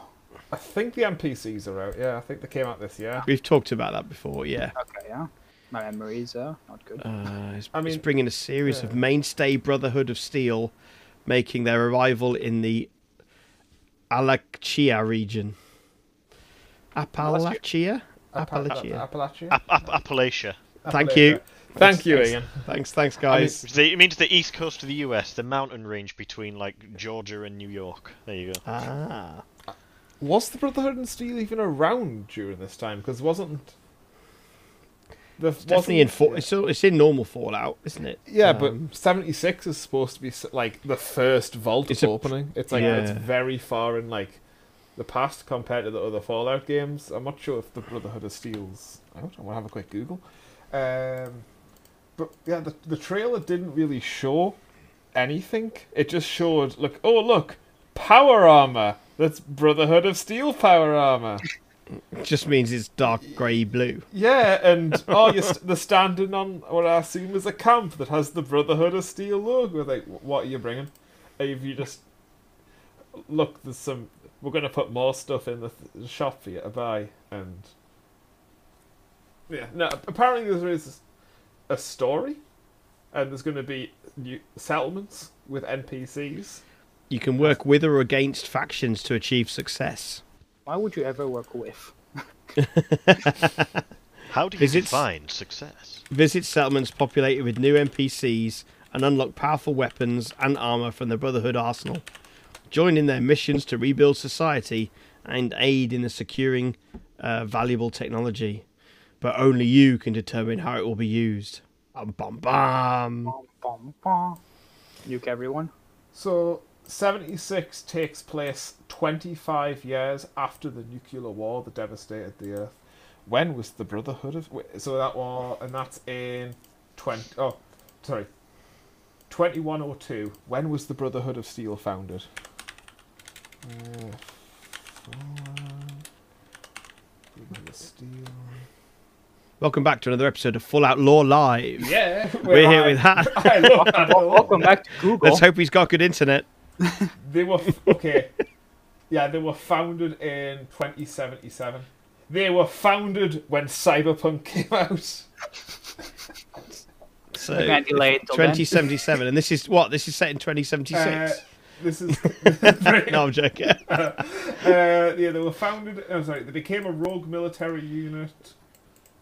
Speaker 3: I think the NPCs are out. Yeah, I think they came out this year.
Speaker 2: We've talked about that before, yeah.
Speaker 4: Okay, yeah. My memories are not good.
Speaker 2: Uh, it's,
Speaker 3: I
Speaker 2: it's
Speaker 3: mean,
Speaker 2: bringing a series of
Speaker 3: yeah.
Speaker 2: mainstay Brotherhood of Steel making their arrival in the Alachia region.
Speaker 3: Oh,
Speaker 2: Appalachia?
Speaker 3: Appa-
Speaker 2: Appalachia.
Speaker 3: Appalachia.
Speaker 1: Ap- Ap- Appalachia.
Speaker 2: Thank you.
Speaker 3: Thank you,
Speaker 2: Thanks.
Speaker 3: Ian.
Speaker 2: Thanks, thanks, guys.
Speaker 1: It's the- It means the east coast of the U.S., the mountain range between like Georgia and New York. There you go.
Speaker 2: Ah.
Speaker 3: Was the Brotherhood and Steel even around during this time? Because wasn't. There
Speaker 2: Definitely in
Speaker 3: wasn't-
Speaker 2: fall. It's, all- it's in normal Fallout, isn't it?
Speaker 3: Yeah,
Speaker 2: Um,
Speaker 3: but 76 is supposed to be s- like the first vault
Speaker 2: It's
Speaker 3: it's
Speaker 2: a-
Speaker 3: opening. It's like it's
Speaker 2: Yeah.
Speaker 3: very far in like the past compared to the other Fallout games. I'm not sure if the Brotherhood of Steel's out. I'm gonna have a quick Google. Um, but yeah, the the trailer didn't really show anything. It just showed like, oh look, power armor. That's Brotherhood of Steel power armor.
Speaker 2: it just means it's dark grey blue.
Speaker 3: Yeah, and oh, you're st- they're standing on what I assume is a camp that has the Brotherhood of Steel logo. Like, wh- what are you bringing? If you just look, there's some. We're gonna put more stuff in the th- shop for you to buy, and yeah. No, apparently there is a story, and there's gonna be new settlements with NPCs.
Speaker 2: You can work with or against factions to achieve success.
Speaker 4: Why would you ever work with?
Speaker 1: How do you
Speaker 2: Is it-
Speaker 1: define success?
Speaker 2: Visit settlements populated with new NPCs and unlock powerful weapons and armor from the Brotherhood arsenal. Join in their missions to rebuild society and aid in the securing uh, valuable technology. But only you can determine how it will be used. Bum, bum, bum.
Speaker 4: Bum, bum, bum. Nuke everyone.
Speaker 3: So, 76 takes place 25 years after the nuclear war that devastated the Earth. When was the Brotherhood of. wait, So, that war, and that's in 20. Oh, sorry. 2102. When was the Brotherhood of Steel founded? Uh, Brotherhood of Steel.
Speaker 2: Welcome back to another episode of Fallout Law Live.
Speaker 3: Yeah,
Speaker 2: We're here
Speaker 3: I-
Speaker 2: with that.
Speaker 3: I love that. a lot.
Speaker 4: Welcome back to Google.
Speaker 2: Let's hope he's got good internet.
Speaker 3: They were f- okay. yeah, they were founded in 2077. They were founded when Cyberpunk came out.
Speaker 2: So
Speaker 4: We're gonna delay it till then.
Speaker 2: 2077, and this is what this is set in 2076.
Speaker 3: Uh, this is
Speaker 2: no, I'm joking.
Speaker 3: uh, yeah, they were founded. I'm sorry, they became a rogue military unit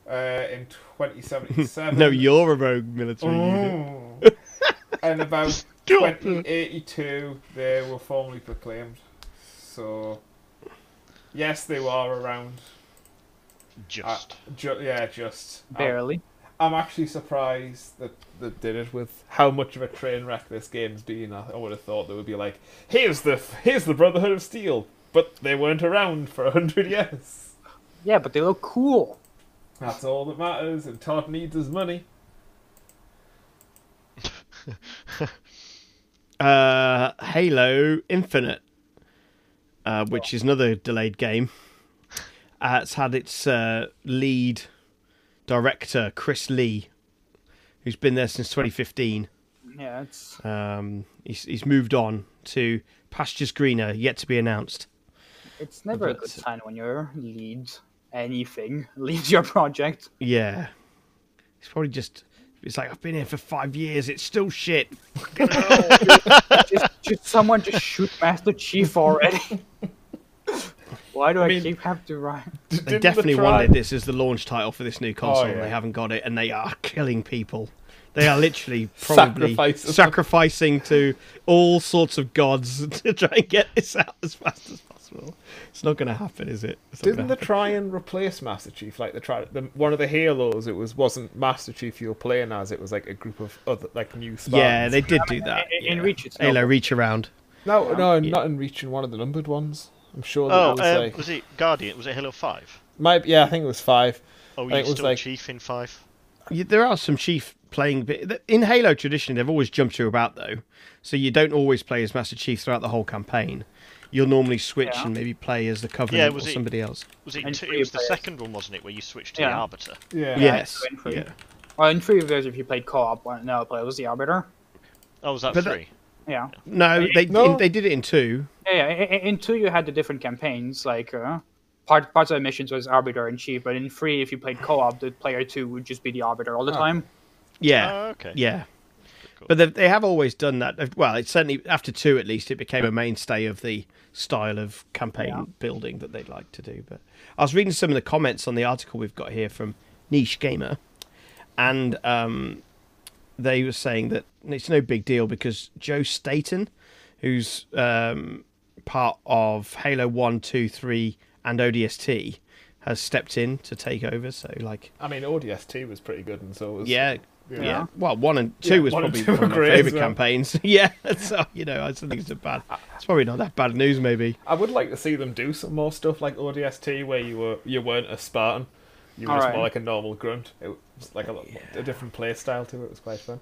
Speaker 3: uh, in 2077.
Speaker 2: no, you're a rogue military unit.
Speaker 3: Mm. and about
Speaker 1: Stop.
Speaker 3: 2082, they were formally proclaimed. So, yes, they were around.
Speaker 1: Just.
Speaker 3: Ju- yeah, just um,
Speaker 4: Barely.
Speaker 3: I'm actually surprised that they did it with how much of a train wreck this game's been. I, I would have thought they would be like, here's the here's the Brotherhood of Steel, but they weren't around for a hundred years.
Speaker 4: Yeah, but they look cool.
Speaker 3: That's all that matters, and Todd needs his money.
Speaker 2: uh, Halo Infinite, uh, which is another delayed game. Uh, it's had its uh, lead director Chris Lee, who's been there since 2015.
Speaker 4: Yeah, it's
Speaker 2: Um, he's, he's moved on to Pastures Greener, yet to be announced.
Speaker 4: it's never a
Speaker 2: But-
Speaker 4: good sign when your lead anything leaves your project.
Speaker 2: Yeah, it's probably just. It's like I've been here for five years. It's still shit.
Speaker 4: Just, just someone just shoot Master Chief already. Why do I,
Speaker 3: mean-
Speaker 4: keep having to rhyme?
Speaker 2: They definitely wanted this as the launch title for this
Speaker 4: Oh,
Speaker 2: new console. and
Speaker 3: yeah.
Speaker 2: They haven't got it, and they are killing people. They are literally probably
Speaker 3: Sacrificing.
Speaker 2: sacrificing to all sorts of gods to try and get this out as fast as possible. It's not going to happen, is it? It's not
Speaker 3: Didn't
Speaker 2: gonna
Speaker 3: they
Speaker 2: happen.
Speaker 3: try and replace Master Chief? Like they tried the, one of the Halos. It was wasn't Master Chief you were playing as. It was like a group of other like new. Spans.
Speaker 2: Yeah, they did do that.
Speaker 4: in- in
Speaker 2: yeah.
Speaker 4: Reach, it's
Speaker 2: Halo
Speaker 4: not.
Speaker 2: Reach around.
Speaker 3: No, no,
Speaker 2: Yeah.
Speaker 3: not in reaching one of the numbered ones. I'm sure that
Speaker 1: Oh,
Speaker 3: it was
Speaker 1: um,
Speaker 3: like
Speaker 1: was it Guardian? Was it Halo Five?
Speaker 3: might yeah, I think it was five.
Speaker 1: Oh,
Speaker 3: think
Speaker 1: you
Speaker 3: it was
Speaker 1: still
Speaker 3: like-
Speaker 1: chief in five?
Speaker 2: Yeah, there are some chief playing bit in Halo tradition. They've always jumped you about though, so you don't always play as Master Chief throughout the whole campaign. You'll normally switch
Speaker 4: Yeah.
Speaker 2: and maybe play as the Covenant
Speaker 1: Yeah, was
Speaker 2: or
Speaker 1: it-
Speaker 2: somebody else.
Speaker 1: Was it?
Speaker 4: And
Speaker 1: Two,
Speaker 4: three
Speaker 1: it was the
Speaker 4: players.
Speaker 1: second one, wasn't it, where you switched to the
Speaker 4: Yeah.
Speaker 1: Arbiter?
Speaker 3: Yeah.
Speaker 2: yes.
Speaker 4: it's going for
Speaker 2: Yeah.
Speaker 4: you. Well, in three of those, if you played co-op, one- no, play was the arbiter.
Speaker 1: Oh, was that
Speaker 3: uh,
Speaker 2: But that-
Speaker 1: three?
Speaker 4: Yeah,
Speaker 2: No, they
Speaker 3: No.
Speaker 2: in- they did it in two.
Speaker 4: yeah. yeah. In, in two, you had the different campaigns. Like uh, part parts of the missions was arbiter and chief, but in three, if you played co-op, the player two would just be the arbiter all the time.
Speaker 2: Yeah,
Speaker 1: Oh, okay.
Speaker 2: yeah.
Speaker 1: Cool.
Speaker 2: But they, they have always done that. They've- Well, it's certainly after two, at least, it became a mainstay of the style of campaign
Speaker 4: Yeah.
Speaker 2: building that they'd like to do. But I was reading some of the comments on the article we've got here from Niche Gamer, and um, they were saying that it's no big deal because Joe Staten, who's um, part of Halo 1, 2, 3, and ODST, has stepped in to take over. So, like,
Speaker 3: I mean, ODST was pretty good, and so was
Speaker 2: Yeah.
Speaker 3: Yeah.
Speaker 2: Yeah.
Speaker 4: Yeah.
Speaker 2: Well, one and two
Speaker 3: Yeah,
Speaker 2: was
Speaker 3: one and
Speaker 2: probably
Speaker 3: two
Speaker 2: one
Speaker 3: were
Speaker 2: of my
Speaker 3: great as
Speaker 2: favourite
Speaker 3: well.
Speaker 2: campaigns. Yeah, so you know, I don't think it's a bad. It's probably not that bad news, maybe.
Speaker 3: I would like to see them do some more stuff like ODST, where you were you weren't a Spartan, you were just
Speaker 4: Alright.
Speaker 3: more like a normal grunt. It was like a, lot a different play style to it. It was quite fun.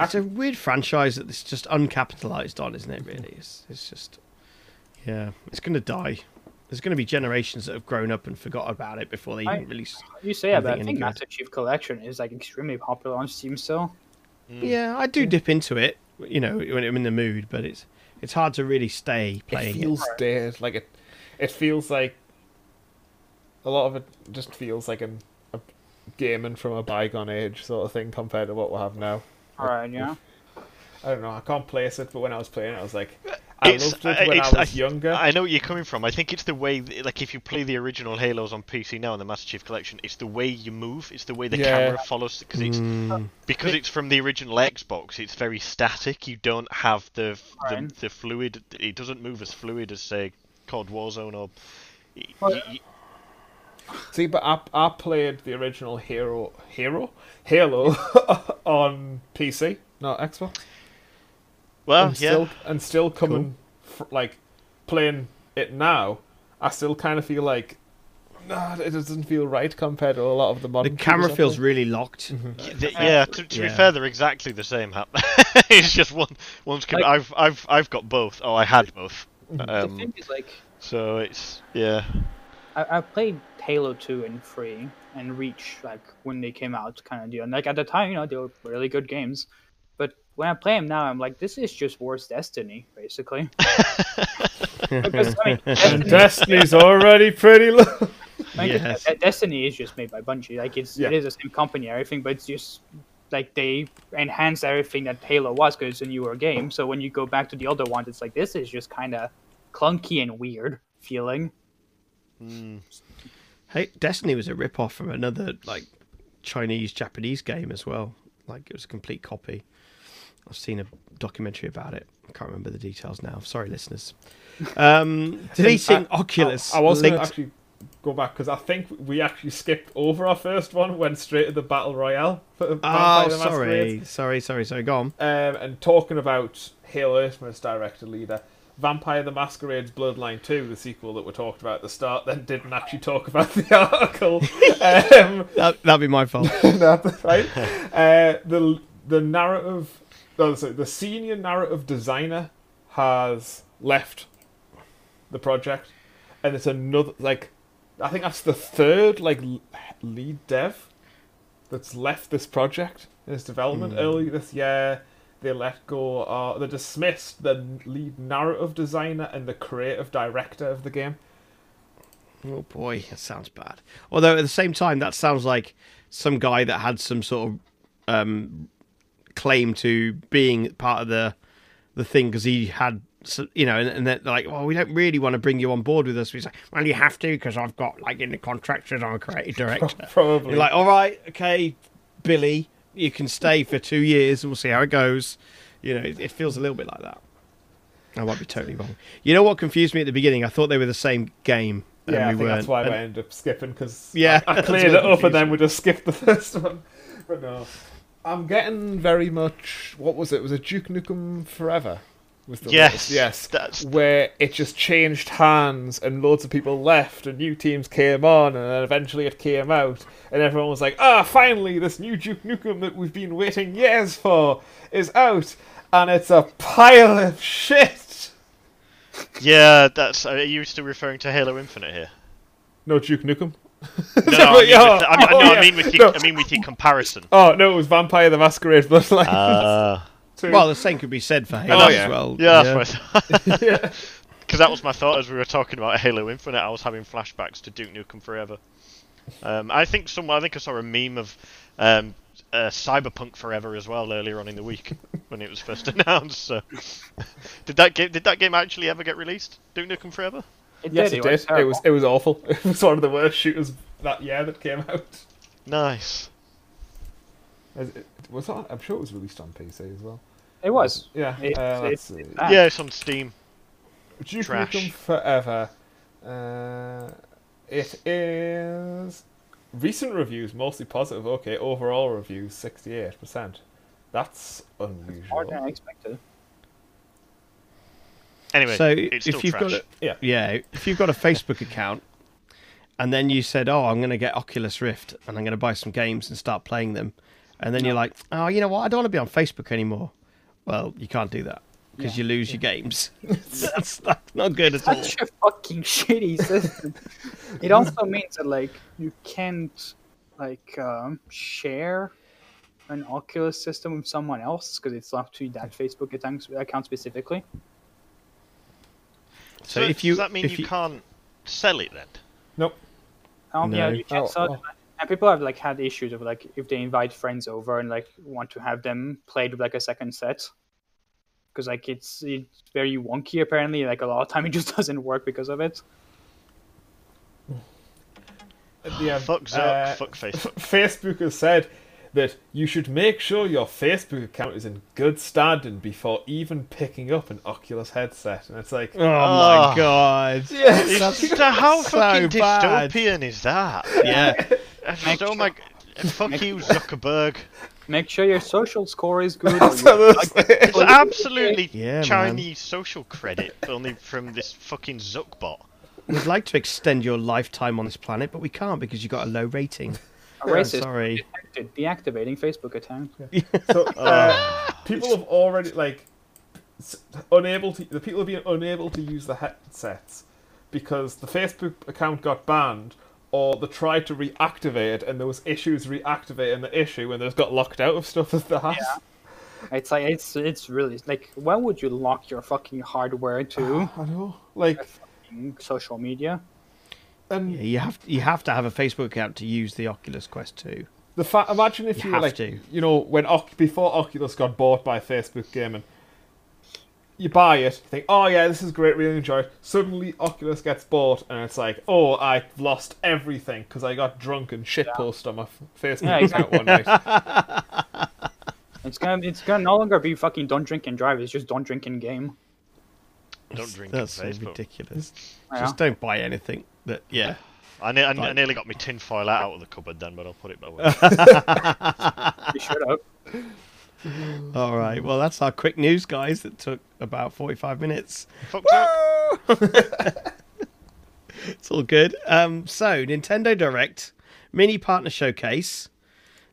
Speaker 2: It's a weird franchise that it's just uncapitalised on, isn't it? Really, it's, it's just, yeah, it's going to die. There's going to be generations that have grown up and forgot about it before they
Speaker 4: I-
Speaker 2: even release.
Speaker 4: You say
Speaker 2: Nothing
Speaker 4: that, but I
Speaker 2: any
Speaker 4: think
Speaker 2: good.
Speaker 4: Master Chief Collection is like extremely popular on Steam still.
Speaker 3: Mm.
Speaker 2: Yeah, I do dip into it, you know, when I'm in the mood, but it's it's hard to really stay playing
Speaker 3: it
Speaker 2: it.
Speaker 3: feels dead. Like it, it feels like a lot of it just feels like an, a gaming from a bygone age sort of thing compared to what we have now.
Speaker 4: All right, yeah.
Speaker 3: I don't know. I can't place it, but when I was playing, it, I was like, I
Speaker 1: It's- uh,
Speaker 3: loved it when I
Speaker 1: it's-
Speaker 3: was younger.
Speaker 1: I know what you're coming from. I think it's the way, like, if you play the original Halos on PC now in the Master Chief Collection, it's the way you move, it's the way the
Speaker 3: Yeah. Hmm.
Speaker 1: camera follows, because it's
Speaker 2: Mm,
Speaker 1: because it's from the original Xbox. It's very static. You don't have the the,
Speaker 4: Right.
Speaker 1: the fluid. It doesn't move as fluid as say COD Warzone or. y-
Speaker 4: Well,
Speaker 1: y- y-
Speaker 3: See, but I, I played the original Hero Hero Halo on PC, not Xbox.
Speaker 2: Ah,
Speaker 1: well,
Speaker 3: and
Speaker 1: yeah.
Speaker 3: still and still coming fr- like playing it now, I still kind of feel like nah, it doesn't feel right compared to a lot of the
Speaker 2: the
Speaker 3: modern.
Speaker 2: camera
Speaker 3: shooters I've
Speaker 2: feels
Speaker 3: played.
Speaker 2: really locked.
Speaker 3: Mm-hmm.
Speaker 1: Y- th- yeah, to, to be
Speaker 2: Yeah.
Speaker 1: fair, they're exactly the same. Hap. it's just one. One's. com-
Speaker 4: Like-
Speaker 1: I've I've I've got both. Oh, I had both.
Speaker 4: the
Speaker 1: Um,
Speaker 4: thing is, like,
Speaker 1: so it's yeah.
Speaker 4: I, I played Halo 2 and 3 and Reach, like, when they came out, kind of deal. And, like, at the time, you know, they were really good games. But when I play them now, I'm like, this is just worse Destiny, basically. because, I mean,
Speaker 3: And
Speaker 4: Destiny,
Speaker 3: Destiny's already pretty low.
Speaker 4: like,
Speaker 2: Yes.
Speaker 4: De- Destiny is just made by Bungie. Like, it's,
Speaker 3: Yeah.
Speaker 4: it is the same company, and everything, but it's just, like, they enhanced everything that Halo was because it's a newer game. So when you go back to the other ones, it's like, this is just kind of clunky and weird feeling.
Speaker 2: Hey, Destiny was a rip-off from another like Chinese Japanese game as well. Like it was a complete copy. I've seen a documentary about it. I can't remember the details now. Sorry, listeners. Um, deleting Oculus.
Speaker 3: uh, I, I was going to
Speaker 2: linked-
Speaker 3: actually go back because I think we actually skipped over our first one, went straight to the battle royale. For Vampire
Speaker 2: Oh,
Speaker 3: the Masquerade.
Speaker 2: sorry, sorry, sorry, sorry. Go on.
Speaker 3: um, and talking about Hale Earthman's director leader, Vampire the Masquerade's Bloodline 2, the sequel that we talked about at the start, then didn't actually talk about the article. um,
Speaker 2: That, that'd be my fault.
Speaker 3: no, right? Uh, the, the narrative, no, sorry, the senior narrative designer has left the project, and it's another, like, I think that's the third, like, l- lead dev that's left this project in its development
Speaker 2: Hmm.
Speaker 3: early this year. They let go, uh, they dismissed the lead narrative designer and the creative director of the game.
Speaker 2: Oh boy, that sounds bad. Although at the same time, that sounds like some guy that had some sort of um, claim to being part of the the thing because he had so, you know, and, and they're like, well, we don't really want to bring you on board with us. He's like, well, you have to because I've got like in the contract that I'm a creative director.
Speaker 3: Probably.
Speaker 2: You're like, all right, okay, Billy, you can stay for two years and we'll see how it goes. You know, it, it feels a little bit like that. I might be totally wrong. You know what confused me at the beginning? I thought they were the same game. and
Speaker 3: yeah, I
Speaker 2: we
Speaker 3: think that's
Speaker 2: weren't.
Speaker 3: why we
Speaker 2: And-
Speaker 3: ended up skipping because
Speaker 2: Yeah,
Speaker 3: I, I
Speaker 2: that's
Speaker 3: cleared it
Speaker 2: what
Speaker 3: up and then
Speaker 2: confused
Speaker 3: we just skipped the first one. But no, I'm getting very much what was it? Was it Duke Nukem Forever? Was the
Speaker 1: Yes.
Speaker 3: latest? yes,
Speaker 1: That's
Speaker 3: where it just changed hands and loads of people left and new teams came on and then eventually it came out and everyone was like, ah, finally this new Duke Nukem that we've been waiting years for is out and it's a pile of shit.
Speaker 1: yeah. That's. Are you still referring to Halo Infinite here?
Speaker 3: No Duke Nukem.
Speaker 1: No, no, I mean,
Speaker 3: yeah.
Speaker 1: with the- I mean,
Speaker 3: Oh,
Speaker 1: no, I
Speaker 3: yeah.
Speaker 1: mean with your,
Speaker 3: No.
Speaker 1: I mean with your comparison.
Speaker 3: Oh no, it was Vampire the Masquerade Bloodline.
Speaker 1: Uh,
Speaker 3: too.
Speaker 2: Well, the same could be said for Halo
Speaker 1: Oh,
Speaker 3: yeah.
Speaker 2: as well.
Speaker 1: yeah, that's what I
Speaker 3: Yeah.
Speaker 1: Because that was my thought as we were talking about Halo Infinite. I was having flashbacks to Duke Nukem Forever. Um, I think some. I think I saw a meme of um, uh, Cyberpunk Forever as well earlier on in the week when it was first announced. So, did that game? Did that game actually ever get released? Duke Nukem Forever?
Speaker 4: It
Speaker 3: yes,
Speaker 4: did.
Speaker 3: it did. It
Speaker 4: terrible.
Speaker 3: was it was awful. It was one of the worst shooters that year that came out.
Speaker 1: Nice.
Speaker 3: Is it- Was that? I'm sure it was released on PC as well.
Speaker 4: It was.
Speaker 3: Yeah.
Speaker 4: It's-
Speaker 3: uh,
Speaker 4: it's-
Speaker 3: let's see.
Speaker 4: Ah.
Speaker 1: Yeah, it's on Steam.
Speaker 3: Duke
Speaker 1: Trash.
Speaker 3: Nukem Forever. Uh, it is recent reviews mostly positive. Okay, overall reviews sixty eight percent. That's
Speaker 4: More than
Speaker 3: unusual.
Speaker 4: I expected.
Speaker 1: Anyway,
Speaker 2: So
Speaker 1: it's still
Speaker 2: if you've
Speaker 1: trash.
Speaker 2: got a,
Speaker 3: Yeah.
Speaker 2: yeah, if you've got a Facebook account, and then you said, "Oh, I'm going to get Oculus Rift and I'm going to buy some games and start playing them," and then you're like, "Oh, you know what? I don't want to be on Facebook anymore." Well, you can't do that because you lose your games. that's, that's not good at all.
Speaker 4: Such a fucking shitty system. it also means that like you can't like um, share an Oculus system with someone else because it's locked to that Facebook account account specifically.
Speaker 1: So,
Speaker 2: So if you
Speaker 1: does that mean
Speaker 2: if
Speaker 1: you, can't sell it then?
Speaker 3: Nope.
Speaker 4: Um, Yeah,
Speaker 2: No.
Speaker 4: you can't
Speaker 3: Oh,
Speaker 4: sell
Speaker 3: oh.
Speaker 4: it. And people have like had issues of like if they invite friends over and like want to have them played with like a second set, because like it's it's very wonky apparently. Like a lot of time it just doesn't work because of it.
Speaker 2: Um,
Speaker 3: Yeah.
Speaker 1: Fuck Zuck,
Speaker 3: uh,
Speaker 1: fuck Facebook.
Speaker 3: Facebook has said that you should make sure your Facebook account is in good standing before even picking up an Oculus headset. And it's like,
Speaker 2: Oh my
Speaker 1: Ah.
Speaker 2: god!
Speaker 3: yes,
Speaker 1: It's just- how
Speaker 2: so
Speaker 1: fucking
Speaker 2: bad.
Speaker 1: dystopian is that?
Speaker 2: Yeah,
Speaker 1: It's
Speaker 4: Make
Speaker 1: just, oh my, g- fuck you, Zuckerberg.
Speaker 4: Make sure your social score is good. or
Speaker 3: that's
Speaker 4: you-
Speaker 3: what I'm saying.
Speaker 1: It's absolutely
Speaker 2: Yeah, man.
Speaker 1: Chinese social credit, only from this fucking Zuckbot.
Speaker 2: we'd like to extend your lifetime on this planet, but we can't because you got a low rating.
Speaker 4: a
Speaker 2: I'm
Speaker 4: racist
Speaker 2: sorry.
Speaker 4: detected deactivating Facebook account.
Speaker 3: So, uh, people have already like s- unable to the people have been unable to use the headsets because the Facebook account got banned or they tried to reactivate it and there was issues reactivating the issue and they just got locked out of stuff that they had.
Speaker 4: It's like it's it's really like why would you lock your fucking hardware to
Speaker 3: I know. Like
Speaker 4: fucking social media?
Speaker 3: and
Speaker 2: Yeah, you have you have to have a Facebook account to use the Oculus Quest 2.
Speaker 3: The fa- imagine if
Speaker 2: You
Speaker 3: you, were
Speaker 2: have
Speaker 3: like
Speaker 2: to.
Speaker 3: you know when Oc- before Oculus got bought by Facebook Gaming, you buy it, you think, oh yeah, this is great, really enjoy it. Suddenly Oculus gets bought, and it's like, oh, I lost everything because I got drunk and shitposted on my f- Facebook
Speaker 4: Yeah,
Speaker 3: account one night.
Speaker 4: It's gonna it's gonna no longer be fucking don't drink and drive. It's just don't drink and game.
Speaker 1: Don't drink
Speaker 2: That's
Speaker 1: on
Speaker 2: so
Speaker 1: Facebook.
Speaker 2: ridiculous.
Speaker 4: Yeah.
Speaker 2: Just don't buy anything. That yeah.
Speaker 1: I, ne- I, ne- I
Speaker 2: Like-
Speaker 1: nearly got my tinfoil hat out of the cupboard then, but I'll put it back. away.
Speaker 4: You shut up.
Speaker 2: All right. Well, that's our quick news, guys. That took about forty-five minutes.
Speaker 1: Fuck Zuck.
Speaker 2: It's all good. Um, so Nintendo Direct, mini partner showcase.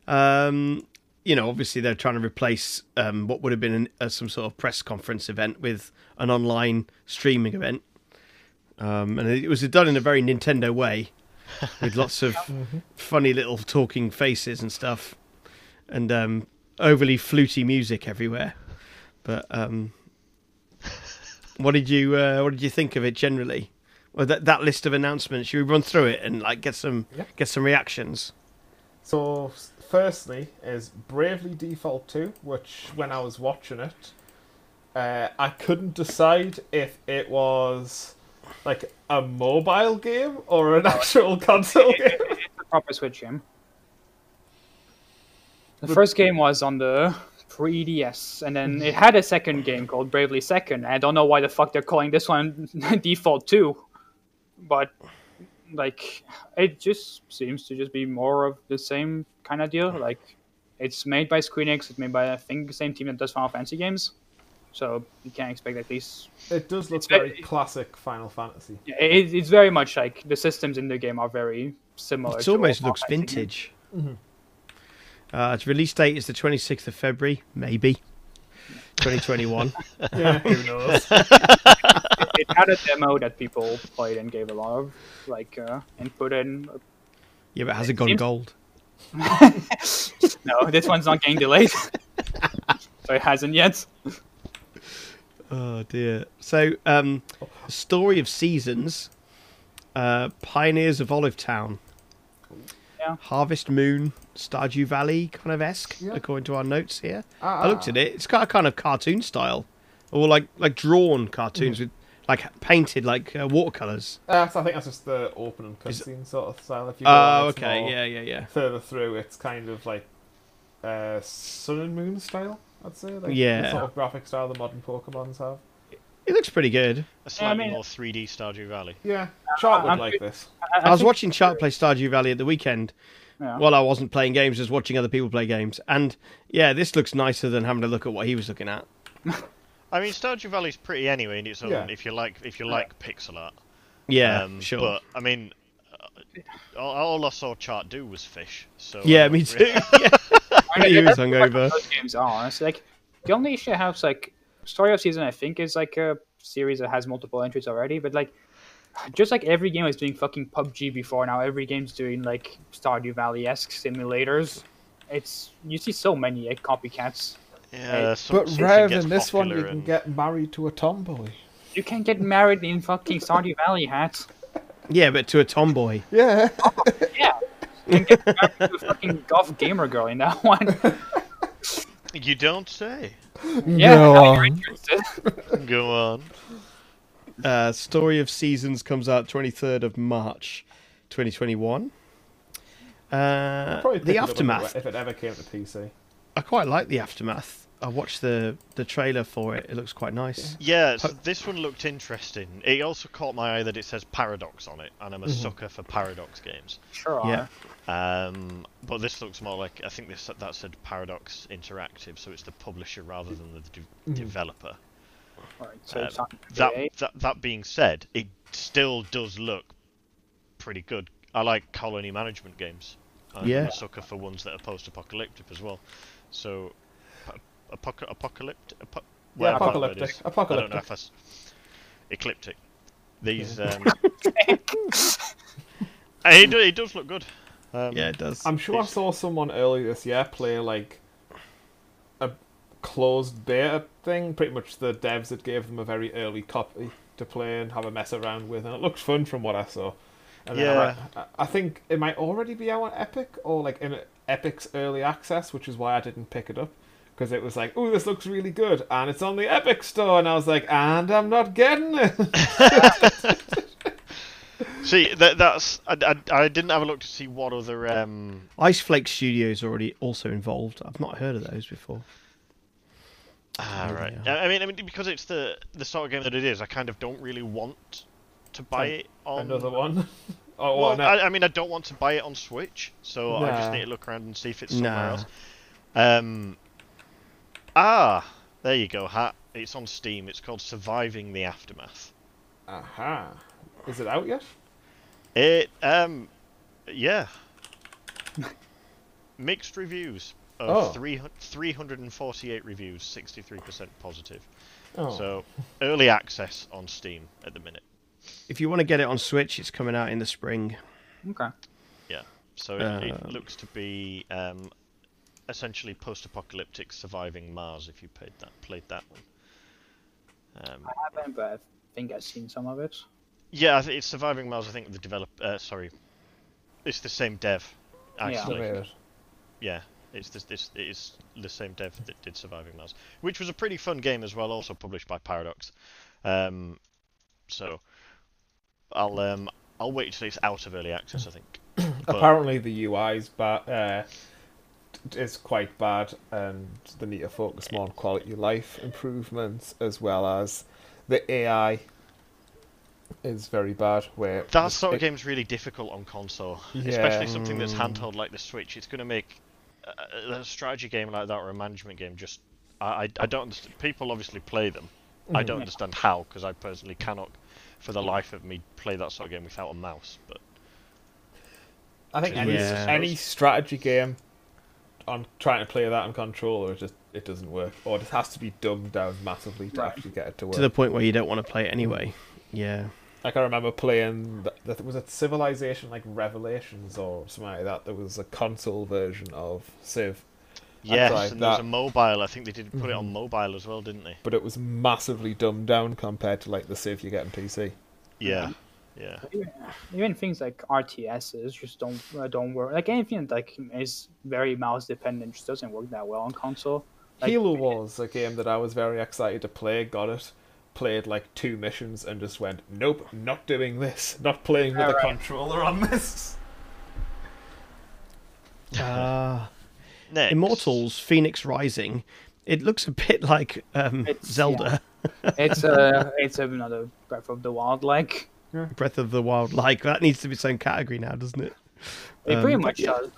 Speaker 2: Um, you know, obviously they're trying to replace um, what would have been an, uh, some sort of press conference event with an online streaming event. Um, and it was done in a very Nintendo way, with lots of funny little talking faces and stuff, and um, overly fluty music everywhere. But um, what did you uh, what did you think of it generally? Well, that that list of announcements, should we run through it and like get some
Speaker 3: Yeah.
Speaker 2: get some reactions?
Speaker 3: so, s- firstly, is Bravely Default Two, which when I was watching it, Uh, I couldn't decide if it was like a mobile game or an actual console game.
Speaker 4: It's a proper Switch game. The first game was on the 3DS, and then it had a second game called Bravely Second. I don't know why the fuck they're calling this one Default 2, but like it just seems to just be more of the same kind of deal. Like it's made by Square Enix, it's made by I think the same team that does Final Fantasy games, so you can't expect at least
Speaker 3: It does look
Speaker 4: It's
Speaker 3: very
Speaker 4: very-
Speaker 3: classic Final Fantasy.
Speaker 4: Yeah, it, it's very much like the systems in the game are very similar.
Speaker 2: It
Speaker 4: to
Speaker 2: almost
Speaker 4: all
Speaker 2: looks
Speaker 4: Final Fantasy games.
Speaker 2: vintage. Uh, its release date is the 26th of February, maybe 2021.
Speaker 3: Yeah, who knows?
Speaker 4: It had a demo that people played and gave a lot of like uh, input in.
Speaker 2: yeah, but it hasn't gone
Speaker 4: Seems-
Speaker 2: gold.
Speaker 4: No, this one's not getting delayed, so it hasn't yet.
Speaker 2: Oh dear. So, um, story of seasons. Uh, Pioneers of Olive Town.
Speaker 4: Yeah.
Speaker 2: Harvest Moon, Stardew Valley kind of esque,
Speaker 3: Yeah.
Speaker 2: according to our notes here.
Speaker 3: Ah,
Speaker 2: I looked at it. It's got a kind of cartoon style, or like like drawn cartoons with like painted like uh, watercolors.
Speaker 3: Uh, so I think that's just the open and
Speaker 2: Is-
Speaker 3: cutscene sort of style. If you go
Speaker 2: Oh,
Speaker 3: on, it's
Speaker 2: okay,
Speaker 3: more
Speaker 2: yeah, yeah, yeah,
Speaker 3: Further through, it's kind of like uh, sun and moon style. I'd say, like the
Speaker 2: Yeah.
Speaker 3: sort of graphic style the modern Pokemon's have.
Speaker 2: It looks pretty good.
Speaker 1: A slightly
Speaker 4: mean-
Speaker 1: more 3D Stardew Valley.
Speaker 3: Yeah, Sharp would
Speaker 4: I'm-
Speaker 3: like this.
Speaker 2: I, was watching Sharp play Stardew Valley at the weekend
Speaker 4: Yeah.
Speaker 2: while I wasn't playing games, just watching other people play games. And yeah, this looks nicer than having to look at what he was looking at.
Speaker 1: I mean, Stardew Valley's pretty anyway in its own.
Speaker 3: Yeah.
Speaker 1: If you like, if you like pixel art.
Speaker 2: Yeah,
Speaker 1: um,
Speaker 2: sure.
Speaker 1: But I mean, uh, all, all I saw Chart do was fish. So uh,
Speaker 2: yeah, me too.
Speaker 4: I mean,
Speaker 2: he was
Speaker 4: that's what
Speaker 2: hungover.
Speaker 4: Those games are honestly like the only issue I have is like Story of Season. I think is like a series that has multiple entries already, but like just like every game was doing fucking PUBG before, now every game's doing like Stardew Valley esque simulators. It's you see so many like, copycats.
Speaker 1: Yeah, some,
Speaker 3: But
Speaker 1: something
Speaker 3: rather
Speaker 1: gets
Speaker 3: than this one, you
Speaker 1: popular
Speaker 3: can
Speaker 1: and-
Speaker 3: get married to a tomboy.
Speaker 4: You can get married in fucking Stardew Valley hats.
Speaker 2: yeah, but to a tomboy.
Speaker 3: Yeah,
Speaker 4: Yeah. You can get married to a fucking golf gamer girl in that one.
Speaker 1: You don't say.
Speaker 4: Yeah,
Speaker 3: Go
Speaker 4: now
Speaker 3: on.
Speaker 4: you're interested.
Speaker 1: Go on.
Speaker 2: Uh, Story of Seasons comes out 23rd of March 2021. Uh,
Speaker 3: probably pick
Speaker 2: the
Speaker 3: it up on
Speaker 2: Aftermath.
Speaker 3: if it ever came to PC.
Speaker 2: I quite like the Aftermath. I watched the, the trailer for it. It looks quite nice.
Speaker 1: Yeah, so this one looked interesting. It also caught my eye that it says Paradox on it, and I'm a sucker for Paradox games.
Speaker 4: Sure are.
Speaker 2: Yeah.
Speaker 1: Um, but this looks more like I think this that said Paradox Interactive, so it's the publisher rather than the de- developer.
Speaker 4: Alright, so
Speaker 1: Um,
Speaker 4: it's on EA.
Speaker 1: That, that that being said, it still does look pretty good. I like colony management games. I'm
Speaker 2: Yeah.
Speaker 1: a sucker for ones that are post-apocalyptic as well. So, apoc- apocalyptic. Apo- whatever that word
Speaker 3: apocalyptic.
Speaker 1: is. I don't know
Speaker 3: Apocalyptic.
Speaker 1: if that's ecliptic. These. Um, it, do- it does look good. Um,
Speaker 2: Yeah, it does.
Speaker 3: I'm sure I saw someone earlier this year play like a closed beta thing. Pretty much the devs that gave them a very early copy to play and have a mess around with, and it looked fun from what I saw. And then I
Speaker 1: Yeah.
Speaker 3: might- I, I think it might already be out on Epic or like in Epic's early access, which is why I didn't pick it up. Because it was like, oh, this looks really good, and it's on the Epic store, and I was like, and I'm not getting it.
Speaker 1: Um, See, that, that's I, I, I didn't have a look to see what other um,
Speaker 2: Iceflake Studios already also involved. I've not heard of those before.
Speaker 1: Ah,
Speaker 2: Yeah,
Speaker 1: right.
Speaker 2: they
Speaker 1: I I mean, I mean, because it's the the sort of game that it is. I kind of don't really want to buy
Speaker 3: An-
Speaker 1: it on.
Speaker 3: Another one. oh,
Speaker 1: Well,
Speaker 3: well, no.
Speaker 1: I, I mean, I don't want to buy it on Switch, so I just
Speaker 3: Nah.
Speaker 1: need to look around and see if it's somewhere
Speaker 2: Nah.
Speaker 1: else. Um. Ah, there you go, Hat. It's on Steam. It's called Surviving the Aftermath.
Speaker 3: Aha. Is it out yet?
Speaker 1: It um, yeah. Mixed reviews
Speaker 3: Oh.
Speaker 1: of three three hundred and forty eight reviews, sixty three percent positive.
Speaker 3: Oh.
Speaker 1: So early access on Steam at the minute.
Speaker 2: If you want to get it on Switch, it's coming out in the spring.
Speaker 4: Okay.
Speaker 1: Yeah. So it, it
Speaker 2: Um,
Speaker 1: looks to be um, essentially post-apocalyptic surviving Mars. If you played that, played that one. Um,
Speaker 4: I haven't, but I think I've seen some of it.
Speaker 1: yeah, I thi- it's surviving Mars. I think the develop. Uh, sorry, it's the same dev.
Speaker 4: Yeah.
Speaker 1: Actually,
Speaker 3: Surveyors.
Speaker 1: yeah. It's this, this it is the same dev that did Surviving Mars, which was a pretty fun game as well, also published by Paradox. Um, so I'll um, I'll wait till it's out of early access. I think. But-
Speaker 3: Apparently, the UI's ba- uh, is quite bad, and they need to focus more on quality of life improvements as well as the AI is very bad. Where
Speaker 1: That sort of
Speaker 3: it-
Speaker 1: game's really difficult on console, especially
Speaker 3: Yeah.
Speaker 1: something that's handheld like the Switch. It's going to make a, a- a strategy game like that or a management game just. I, I, I don't understand. People obviously play them.
Speaker 3: Mm-hmm.
Speaker 1: I don't understand how, because I personally cannot, for the life of me, play that sort of game without a mouse. But
Speaker 3: I think any,
Speaker 2: Yeah.
Speaker 3: any strategy game on trying to play that on controller, it just it doesn't work, or it has to be dumbed down massively to
Speaker 4: Right.
Speaker 3: actually get it to work.
Speaker 2: to the point where you don't want to play it anyway. Yeah.
Speaker 3: Like I remember playing th- that was it Civilization like Revelations or something like that. There was a console version of Civ,
Speaker 1: yes,
Speaker 3: tried
Speaker 1: and there was
Speaker 3: that.
Speaker 1: a mobile. I think they did put it
Speaker 2: Mm-hmm.
Speaker 1: on mobile as well, didn't they?
Speaker 3: but it was massively dumbed down compared to like the Civ you get on PC.
Speaker 1: Yeah, yeah.
Speaker 4: even things like RTSs just don't uh, don't work. Like anything like is very mouse dependent just doesn't work that well on console. Like,
Speaker 3: Halo was a game that I was very excited to play. Got it. Played like two missions and just went, nope, not doing this. Not playing with a
Speaker 4: Alright.
Speaker 3: controller on this.
Speaker 2: Ah.
Speaker 1: Next.
Speaker 2: Immortals: Phoenix Rising. It looks a bit like um,
Speaker 4: It's-
Speaker 2: Zelda,
Speaker 4: It's uh, it's another Breath of the Wild like.
Speaker 2: Breath of the Wild. Like that needs to be its own category now, doesn't it?
Speaker 4: It pretty
Speaker 2: Um,
Speaker 4: much
Speaker 2: yeah.
Speaker 4: does.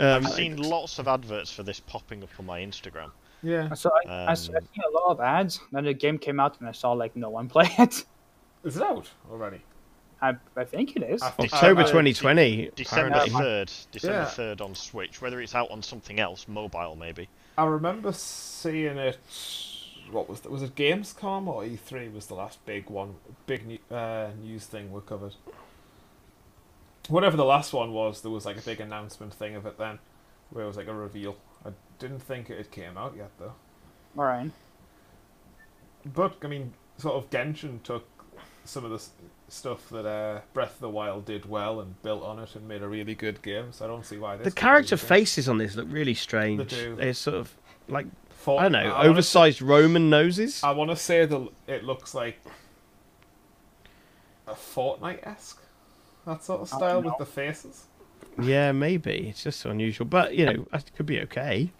Speaker 2: Um,
Speaker 1: I've seen lots of adverts for this popping up on my Instagram.
Speaker 3: Yeah.
Speaker 4: So I, I s- I've
Speaker 1: Um,
Speaker 4: seen a lot of ads. Then the game came out and I saw like no one play it.
Speaker 3: Is it out already?
Speaker 4: I, I think it is.
Speaker 3: I think-
Speaker 2: October
Speaker 3: I- I-
Speaker 2: 2020.
Speaker 1: December
Speaker 2: apparently.
Speaker 1: third, December
Speaker 3: Yeah.
Speaker 1: third on Switch. Whether it's out on something else, mobile maybe.
Speaker 3: I remember seeing it. What was that? Was it Gamescom or E3 was the last big one, big new- uh, news thing we covered? Whatever the last one was, there was like a big announcement thing of it then, where it was like a reveal. I didn't think it came out yet though.
Speaker 4: All right.
Speaker 3: But I mean, sort of Genshin took some of the s- stuff that uh, Breath of the Wild did well and built on it and made a really good game. So I don't see why this
Speaker 2: The
Speaker 3: one
Speaker 2: character
Speaker 3: didn't.
Speaker 2: faces on this look really strange.
Speaker 3: They do. Uh,
Speaker 2: They're sort of like
Speaker 3: For-
Speaker 2: I don't know,
Speaker 3: wanna say-
Speaker 2: oversized Roman noses.
Speaker 3: I want to say the it looks like a Fortnite esque that sort of
Speaker 4: Oh,
Speaker 3: style with
Speaker 4: no.
Speaker 3: the faces.
Speaker 2: Yeah, maybe it's just unusual, but you know, it could be okay.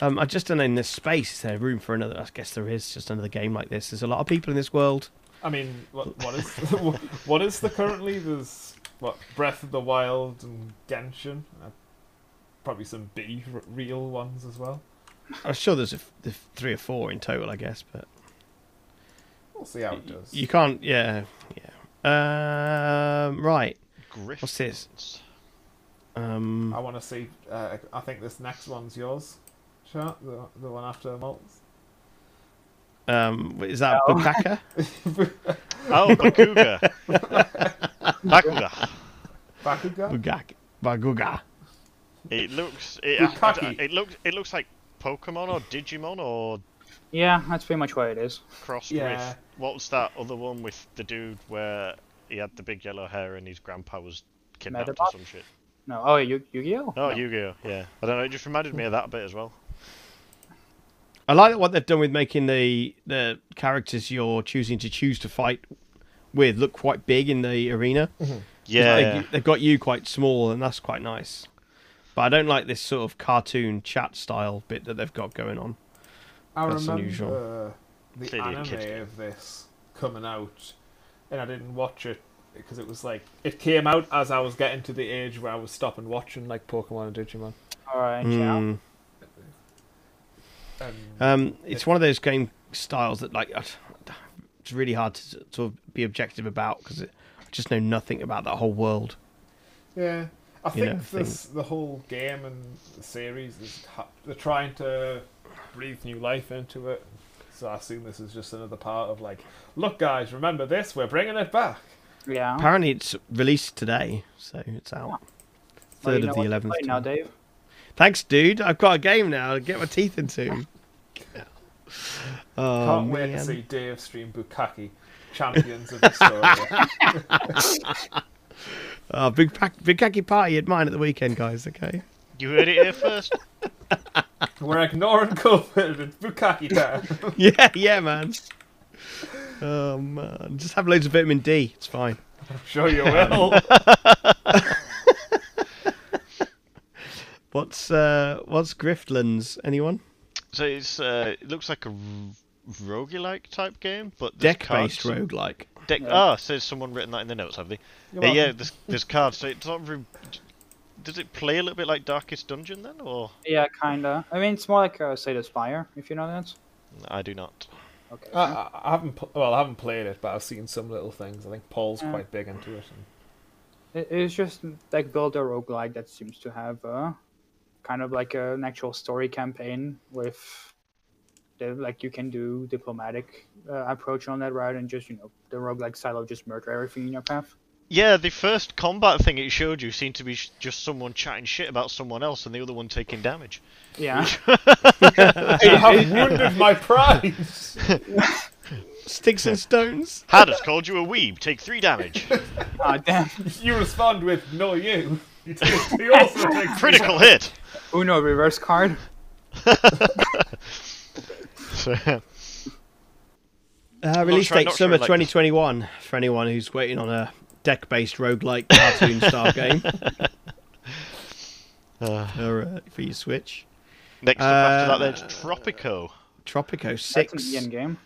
Speaker 2: Um, I just don't know. In this space, is there room for another? I guess there is. Just another game like this. There's a lot of people in this world.
Speaker 3: I mean, what what is what is the currently there's what Breath of the Wild and Genshin, uh, probably some B r- real ones as well.
Speaker 2: I'm sure there's a f the f- three or four in total, I guess, but
Speaker 3: We'll see how it does.
Speaker 2: you can't. Yeah, yeah. Um, right.
Speaker 1: Griffins.
Speaker 2: this?
Speaker 3: I
Speaker 2: Um,
Speaker 3: want to see. Uh, I think this next one's yours, chat. The, the one after Malt's.
Speaker 2: um, is that
Speaker 4: No.
Speaker 2: Bukaka?
Speaker 1: Oh, Bakuga. Bakuga.
Speaker 3: Bakugan.
Speaker 2: Bugak. Baguga.
Speaker 1: It looks. It,
Speaker 3: Bukaki.
Speaker 1: it looks. It looks like Pokemon or Digimon or
Speaker 4: Yeah, that's pretty much what it is.
Speaker 1: crossed
Speaker 3: Yeah.
Speaker 1: with. What was that other one with the dude where he had the big yellow hair and his grandpa was kidnapped or
Speaker 4: Medabot?
Speaker 1: some shit?
Speaker 4: No. Oh, Yu Yu Gi
Speaker 1: Oh, Yu-Gi-Oh. Yeah. I don't know. It just reminded me of that a bit as well.
Speaker 2: I like what they've done with making the the characters you're choosing to choose to fight with look quite big in the arena.
Speaker 1: Yeah.
Speaker 2: They, have got you quite small, and that's quite nice. But I don't like this sort of cartoon chat style bit that they've got going on.
Speaker 3: I
Speaker 2: That's
Speaker 3: remember
Speaker 2: unusual.
Speaker 3: the
Speaker 1: Clearly a
Speaker 3: anime
Speaker 1: kid game.
Speaker 3: of this coming out, and I didn't watch it because it was like it came out as I was getting to the age where I was stopping watching like Pokemon and Digimon.
Speaker 4: All right. Yeah.
Speaker 2: Mm.
Speaker 3: And
Speaker 2: Um, it's one of those game styles that like I- it's really hard to s- sort of be objective about because I just know nothing about that whole world.
Speaker 3: yeah, I
Speaker 2: You
Speaker 3: think
Speaker 2: know,
Speaker 3: this the whole game and the series is ha- they're trying to breathe new life into it. So I assume this is just another part of like, look guys, remember this? We're bringing it back.
Speaker 4: Yeah.
Speaker 2: Apparently, it's released today, so it's out.
Speaker 4: Well,
Speaker 2: Third of
Speaker 4: you know
Speaker 2: the
Speaker 4: what to
Speaker 2: eleventh.
Speaker 4: play Now, Dave.
Speaker 2: Thanks, dude. I've got a game now to get my teeth into. Oh,
Speaker 3: Can't wait to
Speaker 2: man.
Speaker 3: see Dave stream Bukaki, champions of the story.
Speaker 2: Oh, big pack, big khaki party at mine at the weekend, guys. Okay.
Speaker 1: You heard it here first.
Speaker 3: We're ignoring COVID. It's bukkake time.
Speaker 2: yeah, yeah, man. Oh man, just have loads of vitamin D. It's fine.
Speaker 3: sure you will.
Speaker 2: What's uh, what's Griftlands? Anyone?
Speaker 1: So it's uh, it looks like a r- roguelike type game, but there's
Speaker 2: Deck-based
Speaker 1: cards.
Speaker 2: roguelike.
Speaker 1: Deck.
Speaker 4: Yeah.
Speaker 1: Ah, says someone written that in the notes, have they?
Speaker 3: You're
Speaker 1: Yeah,
Speaker 3: welcome.
Speaker 1: yeah. There's, there's cards. So it sort of. Re- does it play a little bit like Darkest Dungeon then, or
Speaker 4: Yeah, kinda. I mean, it's more like uh, Slay the Spire, if you know that.
Speaker 1: I do not.
Speaker 4: Okay.
Speaker 3: I, I- I haven't. pl- Well, I haven't played it, but I've seen some little things. I think Paul's
Speaker 4: Yeah.
Speaker 3: quite big into it. and-
Speaker 4: It- It's just like build a roguelike that seems to have uh, kind of like an actual story campaign with the, like you can do diplomatic uh, approach on that route and just you know the roguelike style of just murder everything in your path.
Speaker 1: Yeah, the first combat thing it showed you seemed to be sh- just someone chatting shit about someone else, and the other one taking damage.
Speaker 4: Yeah,
Speaker 3: you have wounded my prize.
Speaker 2: Sticks and stones.
Speaker 1: Had has called you a weeb. Take three damage.
Speaker 4: Ah, damn.
Speaker 3: You respond with "No, you." You take- you also take
Speaker 1: Critical hit.
Speaker 4: Uno reverse card.
Speaker 1: So, yeah.
Speaker 2: Uh, release
Speaker 1: sure-
Speaker 2: date
Speaker 1: not sure
Speaker 2: summer
Speaker 1: I like this.
Speaker 2: 2021 for anyone who's waiting on a deck-based roguelike cartoon style game for, uh, for your Switch.
Speaker 1: Next up after that,
Speaker 2: Uh,
Speaker 1: there's Tropico.
Speaker 2: Tropico
Speaker 4: That's
Speaker 2: 6.
Speaker 4: an Ian game.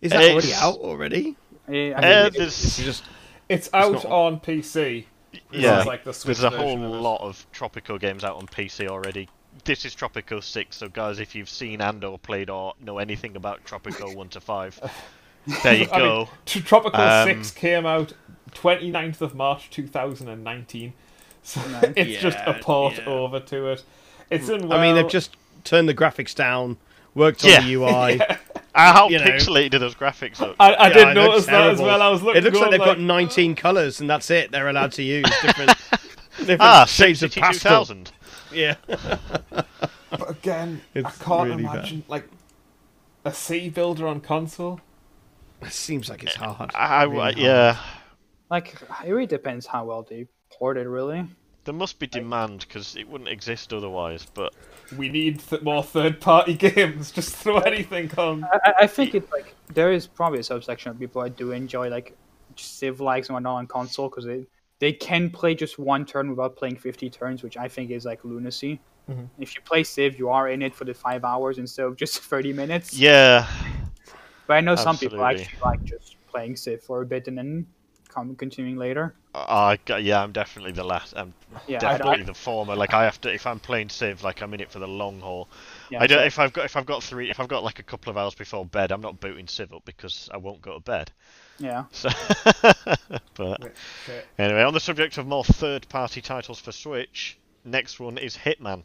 Speaker 2: Is that already
Speaker 1: It's-
Speaker 2: out already?
Speaker 4: Eh, I
Speaker 1: Uh,
Speaker 4: think it-
Speaker 1: there's
Speaker 2: You just
Speaker 3: It's out
Speaker 2: not-
Speaker 3: on PC. This
Speaker 1: yeah,
Speaker 3: is like the Switch
Speaker 1: there's a whole
Speaker 3: version of it.
Speaker 1: lot of Tropico games out on PC already. This is Tropico 6, so guys, if you've seen and or played or know anything about Tropico 1 to 5, there you
Speaker 3: I mean,
Speaker 1: go.
Speaker 3: T- Tropical
Speaker 1: Um,
Speaker 3: 6 came out 29th of March 2019. So
Speaker 4: Nice.
Speaker 3: it's just a
Speaker 2: Yeah,
Speaker 3: port
Speaker 2: yeah.
Speaker 3: over to it. It's in well,
Speaker 2: I mean, they've just turned the graphics down, worked on
Speaker 1: Yeah.
Speaker 2: the UI.
Speaker 1: Uh, how
Speaker 2: you know.
Speaker 1: pixelated are those graphics look?
Speaker 3: I, I
Speaker 2: Yeah,
Speaker 3: did
Speaker 2: it looks
Speaker 3: notice that as
Speaker 2: terrible.
Speaker 3: well. I was looking
Speaker 2: It looks like
Speaker 3: going
Speaker 2: they've
Speaker 3: like
Speaker 2: got 19 colours, and that's it. They're allowed to use different, different
Speaker 1: ah,
Speaker 2: shades of pastel.
Speaker 1: 62,000.
Speaker 2: Yeah.
Speaker 3: But again,
Speaker 2: It's
Speaker 3: I can't
Speaker 2: really bad.
Speaker 3: imagine like a sea builder on console.
Speaker 2: It seems like it's hard.
Speaker 1: I, I-
Speaker 2: Really hard.
Speaker 1: yeah,
Speaker 4: like it really depends how well they port it, really.
Speaker 1: there must be demand because it wouldn't exist otherwise. But
Speaker 3: We need th- more third-party games. Just throw anything on.
Speaker 4: I- I, I think it's like there is probably a subsection of people that do enjoy like just Civ likes and whatnot on console because they they can play just one turn without playing fifty turns, which I think is like lunacy.
Speaker 3: Mhm.
Speaker 4: If you play Civ, you are in it for the five hours instead of just thirty minutes.
Speaker 1: yeah,
Speaker 4: but I know some people
Speaker 1: absolutely.
Speaker 4: actually like just playing Civ for a bit and then come continuing later.
Speaker 1: Ah, I, I- yeah, I'm definitely the last. I'm
Speaker 4: Yeah, I- I-
Speaker 1: definitely the former. Like I have to, if I'm playing Civ, like I'm in it for the long haul.
Speaker 4: yeah,
Speaker 1: I don't.
Speaker 4: so-
Speaker 1: If I've got if I've got three, if I've got like a couple of hours before bed, I'm not booting Civ up because I won't go to bed.
Speaker 4: yeah.
Speaker 1: So, but
Speaker 3: Shit.
Speaker 1: anyway, on the subject of more third-party titles for Switch, next one is Hitman.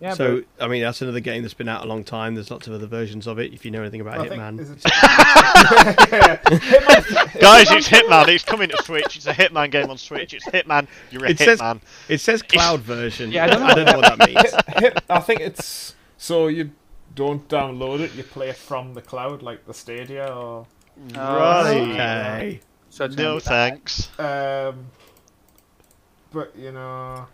Speaker 4: Yeah,
Speaker 2: so I mean that's another game that's been out a long time. There's lots of other versions of it. If you know anything about
Speaker 3: I think-
Speaker 2: Hitman,
Speaker 3: is it-
Speaker 1: Guys, it's Hitman. It's coming to Switch. It's a Hitman game on Switch. It's Hitman. You're a
Speaker 2: it says
Speaker 1: Hitman.
Speaker 2: it says cloud version.
Speaker 4: Yeah, I don't
Speaker 2: I don't know what that means.
Speaker 3: Hit- I think it's so you don't download it. You play it from the cloud, like the Stadia or.
Speaker 4: but, uh,
Speaker 1: Right.
Speaker 2: Okay,
Speaker 4: So it's gonna
Speaker 1: No
Speaker 4: be that.
Speaker 1: thanks.
Speaker 3: Um, but you know,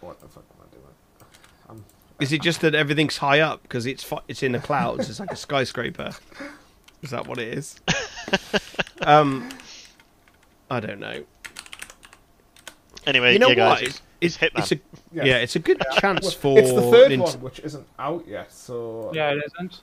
Speaker 3: what the fuck am I doing?
Speaker 2: is it just that everything's high up because it's fi- it's in the clouds? It's like a skyscraper. Is that what it is? um, I don't know.
Speaker 1: Anyway,
Speaker 2: You know
Speaker 1: yeah, guys,
Speaker 2: what?
Speaker 1: it's-
Speaker 2: It's, it's,
Speaker 1: Hitman.
Speaker 2: it's a yeah.
Speaker 3: Yeah.
Speaker 2: it's a good chance for
Speaker 3: it's the third
Speaker 2: Nint-
Speaker 3: one, which isn't out yet. So
Speaker 4: Yeah, it isn't.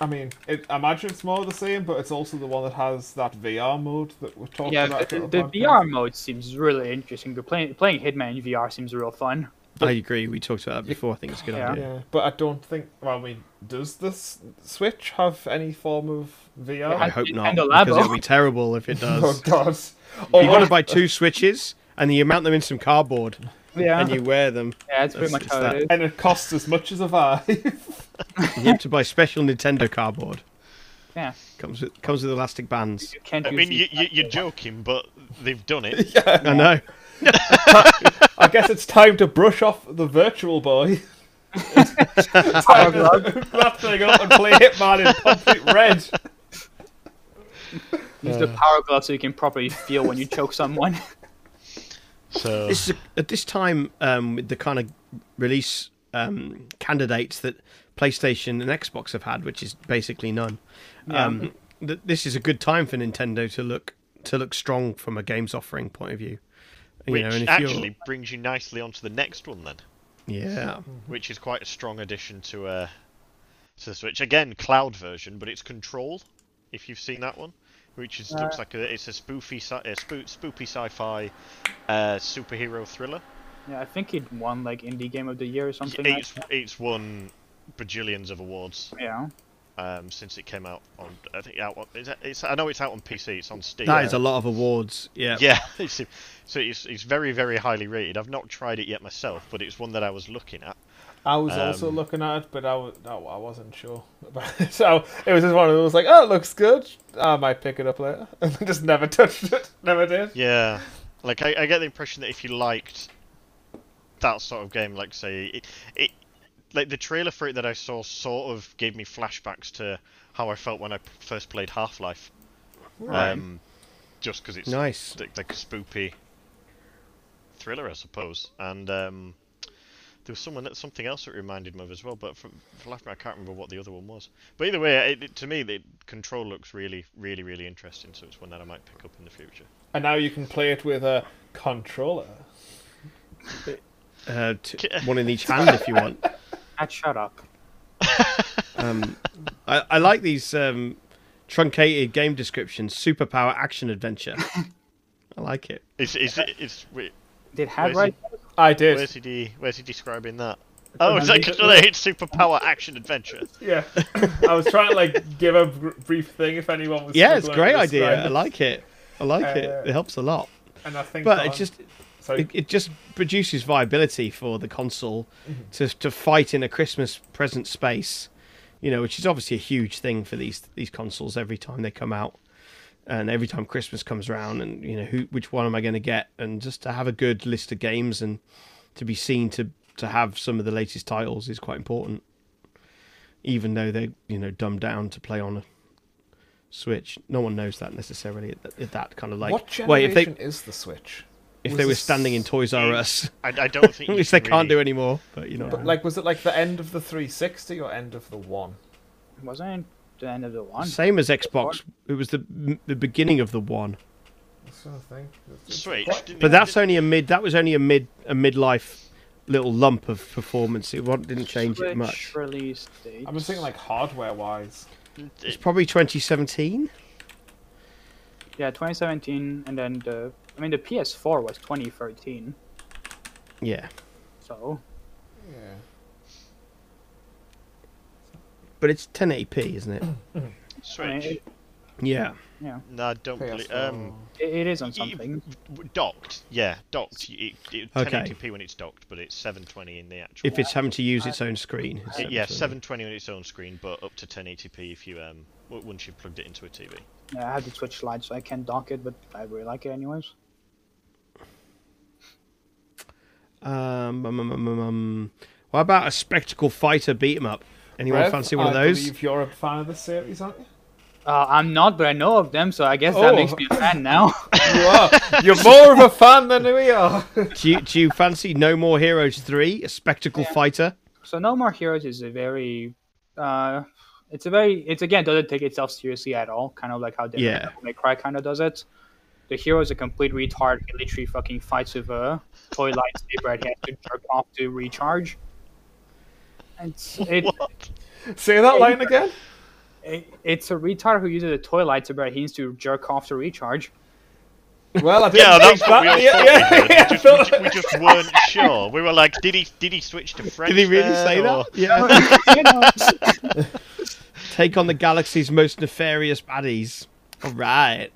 Speaker 3: I mean, it, I imagine it's more of the same, but it's also the one that has that VR mode that we're talking
Speaker 4: Yeah,
Speaker 3: about.
Speaker 4: the,
Speaker 3: for
Speaker 4: the
Speaker 3: podcast.
Speaker 4: VR mode seems really interesting. But playing playing Hitman in VR seems real fun.
Speaker 2: I agree. We talked about that before. I think it's a good
Speaker 4: Yeah.
Speaker 2: idea.
Speaker 3: Yeah, but I don't think. Well, I mean, does this Switch have any form of VR?
Speaker 2: I
Speaker 4: Yeah.
Speaker 2: hope not
Speaker 4: Nintendo
Speaker 2: because
Speaker 4: Labo.
Speaker 2: it'll be terrible if it does.
Speaker 3: Oh God! Oh,
Speaker 2: You got to buy two switches and you mount them in some cardboard
Speaker 4: Yeah,
Speaker 2: and you wear them.
Speaker 4: yeah, that's pretty
Speaker 2: It's-
Speaker 4: much
Speaker 2: it's
Speaker 4: how
Speaker 2: that.
Speaker 4: it is.
Speaker 3: and it costs as much as a Vive.
Speaker 2: You have to buy special Nintendo cardboard.
Speaker 4: Yeah,
Speaker 2: Comes with comes with elastic bands.
Speaker 4: you can't.
Speaker 1: I
Speaker 4: use
Speaker 1: mean,
Speaker 4: the-
Speaker 1: you, you, you're joking, but they've done it.
Speaker 2: I know.
Speaker 3: I guess it's time to brush off the virtual boy. time to hook that thing up and play Hitman in complete red.
Speaker 4: use the power glove so you can properly feel when you choke someone.
Speaker 1: So
Speaker 2: This is at this time um, with the kind of release um, candidates that PlayStation and Xbox have had, which is basically none. Um, th- this is a good time for Nintendo to look to look strong from a games offering point of view. You
Speaker 1: which
Speaker 2: know, and if
Speaker 1: actually brings you nicely onto the next one then,
Speaker 2: you're, yeah,
Speaker 1: which is quite a strong addition to uh to the Switch. Again, cloud version, but it's Control. If you've seen that one, which is looks like a, it's a spoofy sci- a spoo- spoopy sci-fi uh, superhero thriller.
Speaker 4: Yeah, I think he'd won like indie game of the year or something. like
Speaker 1: It's it's won bajillions of awards
Speaker 4: that. Yeah,
Speaker 1: um, since it came out on. I think out. on- Is that, it's, I know it's out on PC. It's on Steam.
Speaker 2: that is a lot of awards. Yeah,
Speaker 1: Yeah, it's, so it's it's very very highly rated. I've not tried it yet myself, but it's one that I was looking at.
Speaker 3: I was also
Speaker 1: Um,
Speaker 3: looking at it, but I was no, I wasn't sure about it. So it was just one of those like, oh, it looks good. I might pick it up later, and then just never touched it. Never did.
Speaker 1: Yeah, like I, I get the impression that if you liked that sort of game, like say it, it, like the trailer for it that I saw sort of gave me flashbacks to how I felt when I first played Half Life.
Speaker 2: Right.
Speaker 1: Um, just because it's
Speaker 2: nice.
Speaker 1: like, like a spoopy thriller, I suppose. And um, there was someone that something else that reminded me of as well, but for, for the life of me, I can't remember what the other one was. But either way, it, it- to me, the control looks really, really, really interesting. So it's one that I might pick up in the future.
Speaker 3: And now you can play it with a controller.
Speaker 2: Uh, t- one in each hand if you want.
Speaker 4: I'd Ah, shut up.
Speaker 2: Um, I, I like these um, truncated game descriptions. Superpower action adventure. I like it.
Speaker 1: Is is it is wait,
Speaker 4: Did
Speaker 1: Where's
Speaker 4: have right?
Speaker 3: I did.
Speaker 1: where's he where's he describing that? Oh, it's like
Speaker 4: It's
Speaker 1: another hit superpower action adventure.
Speaker 3: Yeah, I was trying to like give a br- brief thing if anyone was.
Speaker 2: Yeah, it's a
Speaker 3: struggling
Speaker 2: great
Speaker 3: to
Speaker 2: idea.
Speaker 3: describe
Speaker 2: I like it. I like it. It helps a lot.
Speaker 3: And I think,
Speaker 2: But
Speaker 3: that-
Speaker 2: it just
Speaker 3: sorry.
Speaker 2: it, it just produces viability for the console
Speaker 3: Mm-hmm.
Speaker 2: to to fight in a Christmas present space, you know, which is obviously a huge thing for these these consoles every time they come out, and every time Christmas comes around, and you know, who which one am I going to get, and just to have a good list of games and to be seen to to have some of the latest titles is quite important, even though they're you know dumbed down to play on. a Switch. No one knows that necessarily. At that, at that kind of like
Speaker 3: what
Speaker 2: Wait, if
Speaker 3: generation
Speaker 2: they
Speaker 3: is the Switch?
Speaker 2: if
Speaker 3: Was
Speaker 2: they were
Speaker 3: this-
Speaker 2: standing in Toys R
Speaker 1: Eight.
Speaker 2: Us,
Speaker 1: I, I don't think you
Speaker 2: which they
Speaker 1: can
Speaker 2: can't
Speaker 1: really-
Speaker 2: do anymore. But you know,
Speaker 3: But like, was it like the end of the 360 or end of the one?
Speaker 4: Wasn't the end of the one.
Speaker 2: same as Xbox, it was the the beginning of the one.
Speaker 3: That's what I think.
Speaker 1: Switch. didn't
Speaker 2: But
Speaker 1: they-
Speaker 2: that's only a mid. That was only a mid a midlife little lump of performance. It wa- didn't change it
Speaker 4: Switch
Speaker 2: much.
Speaker 4: Release date.
Speaker 3: I'm just thinking like hardware wise.
Speaker 1: didn't-
Speaker 2: It's probably 2017.
Speaker 4: Yeah, 2017, and then the. I mean, the PS4 was 2013,
Speaker 2: Yeah,
Speaker 4: so
Speaker 3: Yeah.
Speaker 2: but it's 1080p, isn't it?
Speaker 4: I mean,
Speaker 1: Switch.
Speaker 4: it,
Speaker 2: Yeah.
Speaker 1: No, I don't believe. Um,
Speaker 4: it is on
Speaker 1: Y-
Speaker 4: something.
Speaker 1: w- docked, yeah, docked. It, it,
Speaker 2: Okay.
Speaker 1: 1080p when it's docked, but it's 720 in the actual.
Speaker 2: If it's having to use its own screen. it's
Speaker 1: Y- yeah,
Speaker 2: 720.
Speaker 1: 720 on its own screen, but up to 1080p if you um w- once you've plugged it into a TV.
Speaker 4: Yeah, I have the Twitch Lite, so I can dock it, but I really like it anyways.
Speaker 2: Um, um, um, um, um, um. What about a spectacle fighter beat 'em up? Anyone
Speaker 3: Rev,
Speaker 2: fancy one of
Speaker 3: I
Speaker 2: those?
Speaker 3: believe you're a fan of the series, aren't you?
Speaker 4: Uh, I'm not, but I know of them, so I guess that
Speaker 3: Oh.
Speaker 4: makes me a fan now.
Speaker 3: You are. You're more of a fan than we are.
Speaker 2: do, you, do you fancy No More Heroes 3, a spectacle fighter?
Speaker 4: so No More Heroes is a very, uh, it's a very, it's again doesn't take itself seriously at all. Kind of like how Devil
Speaker 2: Yeah.
Speaker 4: May Cry kind of does it. The hero is a complete retard. He literally fucking fights with a toy lightsaber and he has to jerk off to recharge. It's it,
Speaker 3: Say that line again.
Speaker 4: it it's a retard who uses a toy lightsaber. and He needs to jerk off to recharge.
Speaker 3: Well, I didn't
Speaker 1: Yeah,
Speaker 3: think
Speaker 1: that's what we all
Speaker 3: that.
Speaker 1: thought.
Speaker 3: Yeah, yeah, yeah.
Speaker 1: we,
Speaker 3: I
Speaker 1: just, we
Speaker 3: thought-
Speaker 1: just weren't sure. We were like, did he did he switch to French?
Speaker 2: Did he really
Speaker 1: then,
Speaker 2: say
Speaker 1: or-
Speaker 2: that? Yeah.
Speaker 4: You know,
Speaker 2: Take on the galaxy's most nefarious baddies. All right.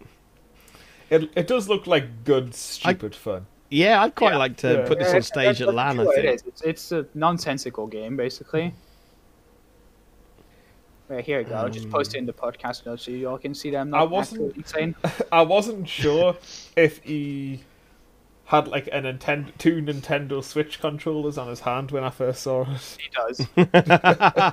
Speaker 3: It, it does look like good, stupid fun.
Speaker 2: Yeah, I'd quite
Speaker 4: Yeah.
Speaker 2: like to
Speaker 3: Yeah.
Speaker 2: put this on
Speaker 4: that's-
Speaker 2: stage at
Speaker 4: that's
Speaker 2: LAN, I
Speaker 4: what
Speaker 2: think.
Speaker 4: It is. It's, it's a nonsensical game, basically. Right, here you go. I'll just post it in the podcast notes so you all can see that I'm not
Speaker 3: I wasn't-
Speaker 4: absolutely insane.
Speaker 3: I wasn't sure if he had like a Nintendo, two Nintendo Switch controllers on his hand when I first saw it.
Speaker 4: He does.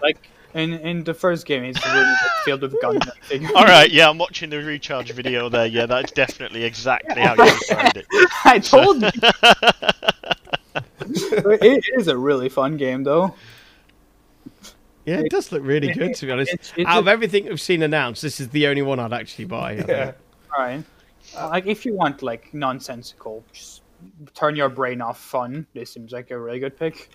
Speaker 4: like, In in the first game, he's really filled with guns. I think.
Speaker 1: All right, yeah, I'm watching the recharge video there. Yeah, that's definitely exactly how you described it.
Speaker 4: I told you. it is a really fun game, though.
Speaker 2: Yeah, it does look really good to be honest.
Speaker 4: It's- it's
Speaker 2: Out
Speaker 4: a-
Speaker 2: of everything we've seen announced, this is the only one I'd actually buy. I think.
Speaker 3: Yeah.
Speaker 4: Right. like if you want like nonsensical, just turn your brain off fun. This seems like a really good pick.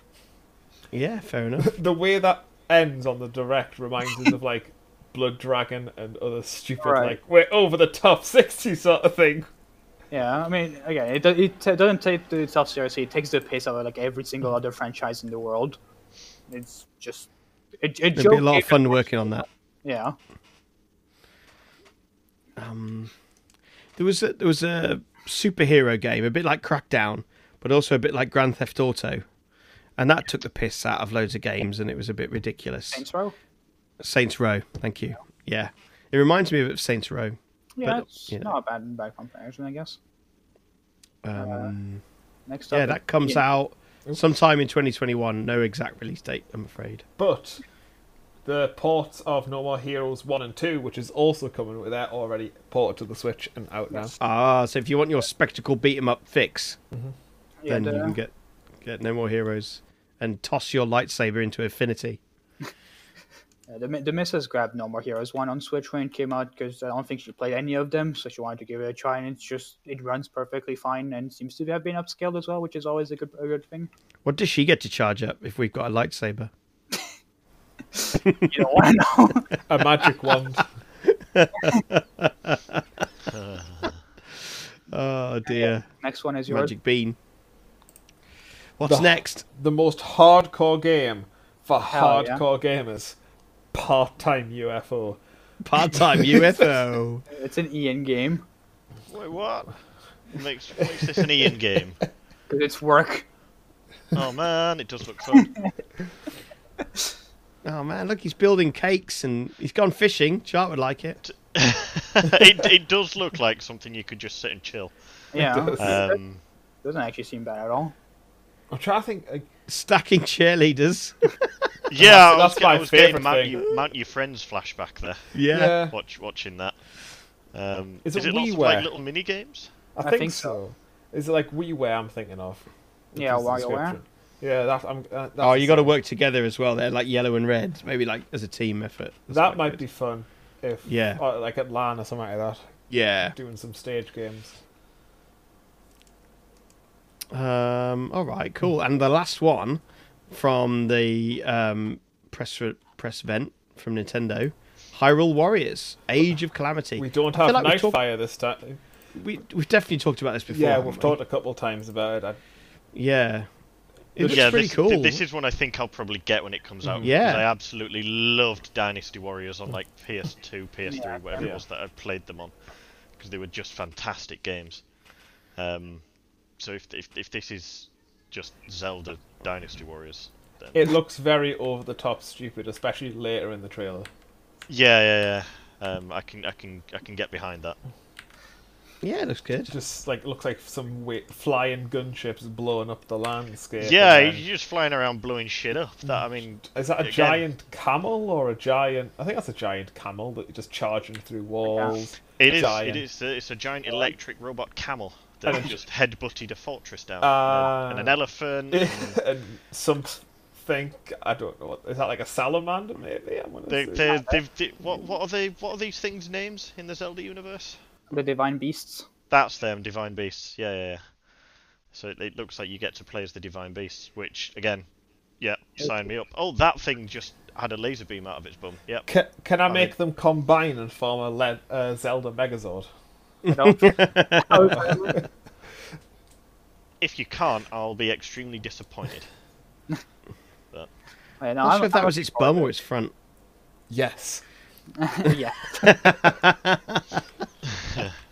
Speaker 2: yeah, fair enough.
Speaker 3: The way that ends on the direct reminds us of like Blood Dragon and other stupid
Speaker 4: Right.
Speaker 3: like we're over the top sixty sort of thing.
Speaker 4: Yeah, I mean, again, it, do- it t- doesn't take itself seriously. It takes the piss out of like every single other franchise in the world. It's just it, it
Speaker 2: It'd be a lot of fun working on that.
Speaker 4: Yeah,
Speaker 2: There was a, there was a superhero game, a bit like Crackdown, but also a bit like Grand Theft Auto, and that took the piss out of loads of games, and it was a bit ridiculous.
Speaker 4: Saints Row.
Speaker 2: Saints Row, thank you. Yeah, it reminds me of Saints Row.
Speaker 4: Yeah,
Speaker 2: But,
Speaker 4: it's
Speaker 2: you know.
Speaker 4: not a bad bad comparison, I guess.
Speaker 2: Um,
Speaker 4: Next up,
Speaker 2: yeah, that comes out sometime in 2021. No exact release date, I'm afraid.
Speaker 3: But the ports of No More Heroes one and two, which is also coming with that already ported to the Switch and out now.
Speaker 2: Ah, so if you want your spectacle beat 'em up fix,
Speaker 4: yeah,
Speaker 2: then you
Speaker 4: the-
Speaker 2: can get get no more heroes and toss your lightsaber into infinity.
Speaker 4: Yeah, the, mi- the missus grabbed No More Heroes 1 on Switch when it came out because I don't think she played any of them, so she wanted to give it a try, and it's just, it runs perfectly fine and seems to have been upscaled as well, which is always a good, a good thing.
Speaker 2: What does she get to charge up if we've got a lightsaber?
Speaker 4: You don't want to know.
Speaker 3: A magic wand.
Speaker 2: Oh dear,
Speaker 4: Next one is yours.
Speaker 2: magic bean. What's
Speaker 3: The-
Speaker 2: next?
Speaker 3: The most hardcore game for
Speaker 4: Hell yeah.
Speaker 3: hardcore gamers. Part time UFO.
Speaker 2: Part-time UFO.
Speaker 4: It's an Ian game
Speaker 1: Wait, what? Makes makes this an Ian game?
Speaker 4: because it's work.
Speaker 1: Oh man, it does look fun.
Speaker 2: Oh man, look, he's building cakes and he's gone fishing. Chart would like it.
Speaker 1: it it does look like something you could just sit and chill.
Speaker 4: Yeah,
Speaker 3: does.
Speaker 4: That
Speaker 1: Um,
Speaker 4: doesn't actually seem bad at all.
Speaker 3: I'm trying to think. uh,
Speaker 2: Stacking cheerleaders.
Speaker 1: yeah, I
Speaker 3: that's
Speaker 1: was, get- I
Speaker 3: my
Speaker 1: was getting
Speaker 3: favourite
Speaker 1: Mount,
Speaker 3: thing.
Speaker 1: you, Mount Your Friends flashback there.
Speaker 2: Yeah.
Speaker 3: Yeah.
Speaker 1: Watch watching that. Um,
Speaker 3: Is
Speaker 1: is
Speaker 3: it
Speaker 1: it, lots of
Speaker 3: WiiWare?
Speaker 1: like little mini games?
Speaker 3: I
Speaker 4: I
Speaker 3: think,
Speaker 4: think
Speaker 3: so. Is it like WiiWare I'm thinking of? Which
Speaker 4: Yeah,
Speaker 3: is the
Speaker 4: WarioWare.
Speaker 3: description. Yeah, that, I'm, uh, that's
Speaker 2: Oh,
Speaker 3: the
Speaker 2: you got to
Speaker 3: same.
Speaker 2: work together as well. They're like yellow and red, maybe like as a team effort. That's
Speaker 3: That
Speaker 2: quite
Speaker 3: might
Speaker 2: good.
Speaker 3: be fun. If
Speaker 2: Yeah.
Speaker 3: or like at LAN or something like that,
Speaker 2: Yeah.
Speaker 3: doing some stage games.
Speaker 2: Um. All right. Cool. And the last one from the um, press re- press event from Nintendo, Hyrule Warriors: Age of Calamity.
Speaker 3: We don't
Speaker 2: I
Speaker 3: have
Speaker 2: feel like we talk-
Speaker 3: Nightfire this time.
Speaker 2: We we've definitely talked about this before.
Speaker 3: yeah,
Speaker 2: haven't
Speaker 3: we've
Speaker 2: we?
Speaker 3: talked a couple times about it. I,
Speaker 2: Yeah. It looks
Speaker 1: yeah,
Speaker 2: pretty
Speaker 1: this,
Speaker 2: cool. Mm-hmm.
Speaker 1: This is one I think I'll probably get when it comes out.
Speaker 2: Yeah.
Speaker 1: 'cause I absolutely loved Dynasty Warriors on like PS2, PS3,
Speaker 4: Yeah.
Speaker 1: whatever
Speaker 3: Yeah.
Speaker 1: it was that I played them on, because they were just fantastic games. Um, so if, if if this is just Zelda Dynasty Warriors, then
Speaker 3: it looks very over the top stupid, especially later in the trailer.
Speaker 1: yeah, yeah, yeah. Um, I can I can I can get behind that.
Speaker 2: Yeah, it looks good.
Speaker 3: Just like looks like some wa flying gunships blowing up the landscape.
Speaker 1: yeah,
Speaker 3: and then-
Speaker 1: you're just flying around blowing shit up. That I mean,
Speaker 3: Is that a
Speaker 1: Again.
Speaker 3: giant camel or a giant? I think that's a giant camel that you're just charging through walls.
Speaker 1: it is
Speaker 3: Giant.
Speaker 1: it is a, it's a giant electric robot camel that
Speaker 3: And-
Speaker 1: just headbutted a fortress down,
Speaker 3: Ah.
Speaker 1: and an elephant. and-
Speaker 3: and something I don't know. what- Is that like a salamander? Maybe I'm gonna
Speaker 1: They,
Speaker 3: say-
Speaker 1: they, they've, they, what, what are they? What are these things' names in the Zelda universe?
Speaker 4: The Divine Beasts.
Speaker 1: That's them, divine beasts. Yeah, yeah. yeah. So it, it looks like you get to play as the divine beasts, which again, yeah, sign me up. Oh, that thing just had a laser beam out of its bum. Yep.
Speaker 3: Ca- can I
Speaker 1: mean-
Speaker 3: make them combine and form a Le- uh, Zelda Megazord?
Speaker 4: I don't- I was-
Speaker 1: If you can't, I'll be extremely disappointed.
Speaker 4: Oh, Yeah, no,
Speaker 2: I'm not
Speaker 4: I'm-
Speaker 2: sure if that
Speaker 4: I'm-
Speaker 2: was its bum or its front.
Speaker 3: Yes.
Speaker 4: yeah.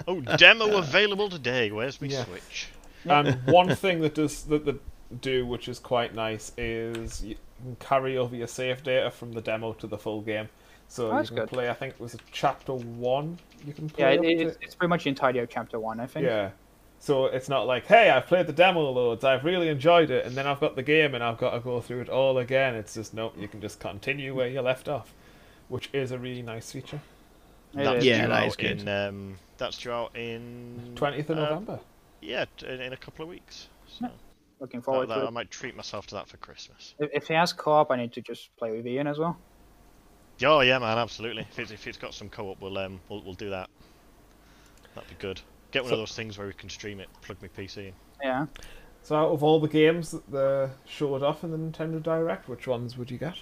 Speaker 1: Oh, demo available today. Where's my
Speaker 3: Yeah.
Speaker 1: Switch?
Speaker 3: And one thing that does that the do which is quite nice is you can carry over your save data from the demo to the full game. So
Speaker 4: Oh,
Speaker 3: you
Speaker 4: that's
Speaker 3: can
Speaker 4: good.
Speaker 3: play. I think it was chapter one. You can play.
Speaker 4: Yeah,
Speaker 3: up
Speaker 4: it,
Speaker 3: to-
Speaker 4: it's, it's pretty much the entirety of chapter one, I think.
Speaker 3: Yeah. So it's not like, hey, I've played the demo loads, I've really enjoyed it, and then I've got the game and I've got to go through it all again. It's just, no, you can just continue where you left off, which is a really nice feature.
Speaker 4: It
Speaker 1: That's
Speaker 4: is.
Speaker 2: Yeah,
Speaker 1: due
Speaker 2: that
Speaker 1: out
Speaker 2: is good.
Speaker 1: In, um, that's due out in
Speaker 3: 20th of
Speaker 1: uh,
Speaker 3: November.
Speaker 1: Yeah, t- in, in a couple of weeks. So
Speaker 4: Looking
Speaker 1: that,
Speaker 4: forward
Speaker 1: that-
Speaker 4: to
Speaker 1: I
Speaker 4: it.
Speaker 1: might treat myself to that for Christmas.
Speaker 4: If, if he has co-op, I need to just play with Ian as well.
Speaker 1: Oh yeah, man, absolutely. If it's, if it's got some co-op, we'll um we'll, we'll do that. That'd be good. Get one
Speaker 3: So-
Speaker 1: of those things where we can stream it. Plug my PC in.
Speaker 4: Yeah.
Speaker 3: So out of all the games that they showed off in the Nintendo Direct, which ones would you get?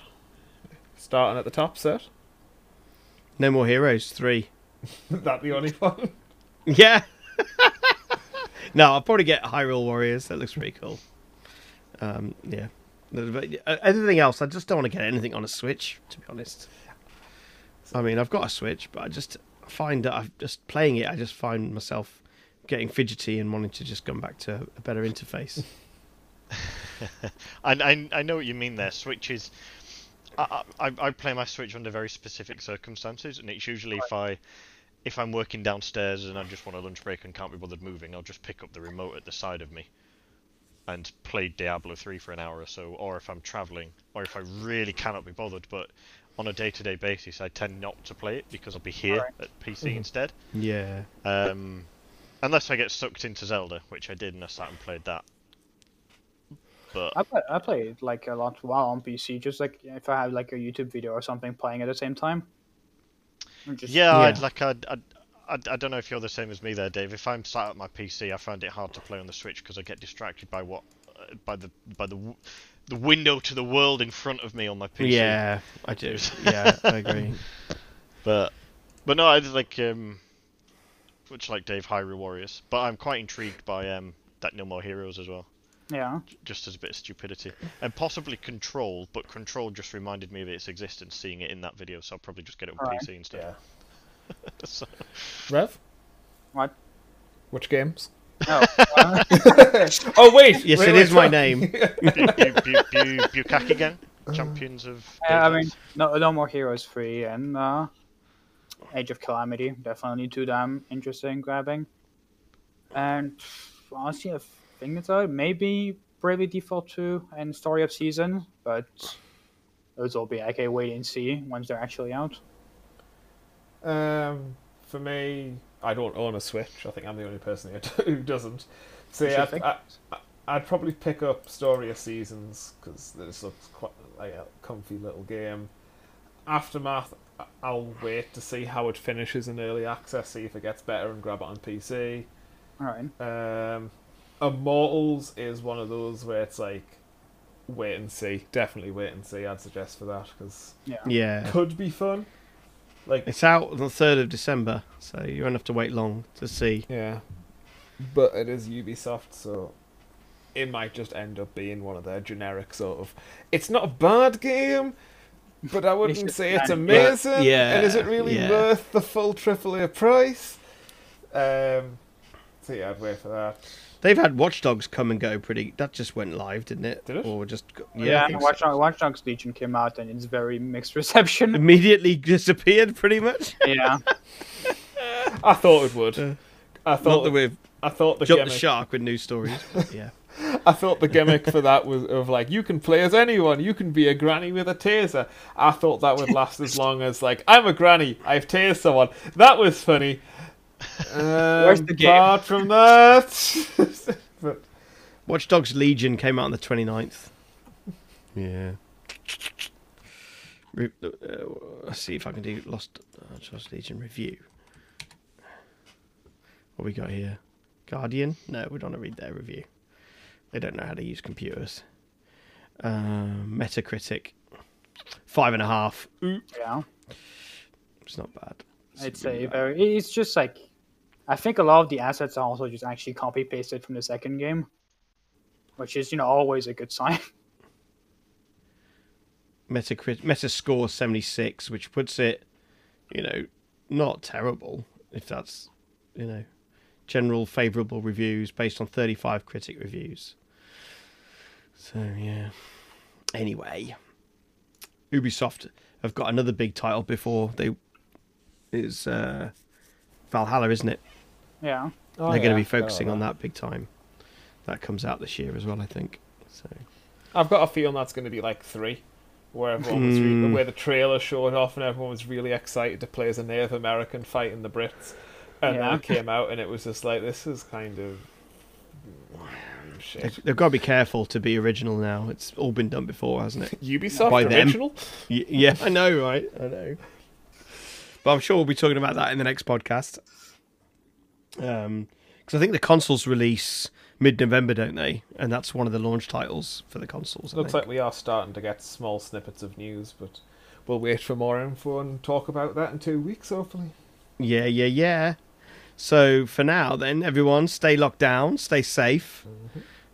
Speaker 3: Starting at the top, set.
Speaker 2: No More Heroes 3.
Speaker 3: that the only one?
Speaker 2: Yeah. no, I'll probably get Hyrule Warriors. That looks pretty cool. Um, yeah. But uh, anything else, I just don't want to get anything on a Switch, to be honest. I mean, I've got a Switch, but I just find that I've just playing it, I just find myself getting fidgety and wanting to just come back to a better interface.
Speaker 1: And I, I know what you mean there. Switch is. I, I, I play my Switch under very specific circumstances, and it's usually if I if I'm working downstairs and I just want a lunch break and can't be bothered moving, I'll just pick up the remote at the side of me and play Diablo 3 for an hour or so, or if I'm traveling, or if I really cannot be bothered, but on a day-to-day basis, I tend not to play it because I'll be here
Speaker 4: Alright.
Speaker 1: at PC instead.
Speaker 2: yeah.
Speaker 1: Um, unless I get sucked into Zelda, which I did, and I sat and played that. But
Speaker 4: I play, I play like a lot while on PC, just like if I have like a YouTube video or something playing at the same time. I'm Just,
Speaker 1: Yeah, I'd,
Speaker 2: Yeah.
Speaker 1: like I'd, I'd, I'd, I don't know if you're the same as me there, Dave. If I'm sat at my PC, I find it hard to play on the Switch because I get distracted by what, uh, by the by the w- the window to the world in front of me on my PC.
Speaker 2: Yeah, I do. Yeah, I agree.
Speaker 1: But but no, I just like um, much like Dave, Hyrule Warriors. But I'm quite intrigued by um that No More Heroes as well,
Speaker 4: Yeah.
Speaker 1: j- just as a bit of stupidity and possibly Control. But Control just reminded me of its existence, seeing it in that video. So I'll probably just get it on
Speaker 4: Alright.
Speaker 1: PC instead. So-
Speaker 3: Rev?
Speaker 4: What?
Speaker 3: Which games?
Speaker 4: Oh, well,
Speaker 3: Oh, wait!
Speaker 2: Yes,
Speaker 3: wait,
Speaker 2: it
Speaker 3: wait,
Speaker 2: is my
Speaker 3: wait.
Speaker 2: name.
Speaker 1: Bu- bu- bu- bu- Bukaki gang,
Speaker 2: Uh,
Speaker 1: champions of.
Speaker 4: yeah, I
Speaker 1: Dota.
Speaker 4: mean, no, no more Heroes Free and uh, Age of Calamity. Definitely too damn interesting grabbing. And honestly, I think that's all. Maybe Bravely Default 2 and Story of Season, but those will be like a wait and see once they're actually out.
Speaker 3: Um, for me, I don't own a Switch. I think I'm the only person here who doesn't. So
Speaker 4: You should
Speaker 3: yeah, I'd,
Speaker 4: think.
Speaker 3: I, I- I'd probably pick up Story of Seasons because this looks quite like a comfy little game. Aftermath, I- I'll wait to see how it finishes in early access, see if it gets better, and grab it on PC.
Speaker 4: All right.
Speaker 3: Um, Immortals is one of those where it's like wait and see. Definitely wait and see. I'd suggest for that because
Speaker 4: Yeah.
Speaker 2: Yeah.
Speaker 3: could be fun. Like
Speaker 2: It's out on the 3rd of December, so you won't have to wait long to see.
Speaker 3: Yeah. But it is Ubisoft, so it might just end up being one of their generic sort of. It's not a bad game, but I wouldn't
Speaker 4: just
Speaker 3: say it's
Speaker 4: bland.
Speaker 3: amazing.
Speaker 2: But- yeah,
Speaker 3: And is it really
Speaker 2: yeah.
Speaker 3: worth the full AAA price? Um, so yeah, I'd wait for that.
Speaker 2: They've had watchdogs come and go pretty. That just went live, didn't it?
Speaker 3: Did it?
Speaker 2: Or just go-
Speaker 4: Yeah,
Speaker 2: yeah,
Speaker 4: and Watch, Dogs- Watch Dogs Legion came out and it's very mixed reception.
Speaker 2: immediately disappeared pretty much.
Speaker 4: yeah,
Speaker 3: I thought it would.
Speaker 2: Uh,
Speaker 3: I
Speaker 2: Not
Speaker 3: thought
Speaker 2: that we've
Speaker 3: I thought the
Speaker 2: jumped
Speaker 3: gimmick.
Speaker 2: the shark with news stories. but yeah,
Speaker 3: I thought the gimmick for that was of like you can play as anyone, you can be a granny with a taser. I thought that would last as long as like I'm a granny, I've tased someone. That was funny. Um,
Speaker 4: Where's the game?
Speaker 3: Apart from that, but
Speaker 2: Watch Dogs Legion came out on the 29th. Yeah. Re- uh, let's see if I can do Lost uh, Lost Legion review. What we got here? Guardian? No, we don't want to read their review. They don't know how to use computers. Um Metacritic, five and a half.
Speaker 4: yeah.
Speaker 2: It's not bad.
Speaker 4: I'd
Speaker 2: really
Speaker 4: say
Speaker 2: bad.
Speaker 4: very. it- It's just like, I think a lot of the assets are also just actually copy pasted from the second game, which is you know always a good sign.
Speaker 2: Metacrit- Metascore 76, which puts it, you know, not terrible, if that's, you know, general favourable reviews based on 35 critic reviews. So, yeah. Anyway, Ubisoft have got another big title before they. Is uh, Valhalla, isn't it?
Speaker 4: Yeah,
Speaker 3: Oh,
Speaker 2: They're going
Speaker 3: yeah,
Speaker 2: to be
Speaker 3: fair
Speaker 2: focusing
Speaker 3: enough.
Speaker 2: on that big time. That comes out this year as well, I think. So
Speaker 3: I've got a feeling that's going to be like three, where everyone was re-
Speaker 2: Mm.
Speaker 3: where the trailer showed off and everyone was really excited to play as a Native American fighting the Brits, and
Speaker 4: Yeah.
Speaker 3: then it came out and it was just like this is kind of shit.
Speaker 2: they've, they've got to be careful to be original now. It's all been done before, hasn't it?
Speaker 3: Ubisoft
Speaker 2: By them.
Speaker 3: original.
Speaker 2: Y- yeah, I know, right? I know. But I'm sure we'll be talking about that in the next podcast. Um, because I think the consoles release mid-November, don't they? And that's one of the launch titles for the consoles. I
Speaker 3: Looks
Speaker 2: think.
Speaker 3: like we are starting to get small snippets of news, but we'll wait for more info and talk about that in two weeks, hopefully.
Speaker 2: Yeah, yeah, yeah. So for now, then everyone, stay locked down, stay safe,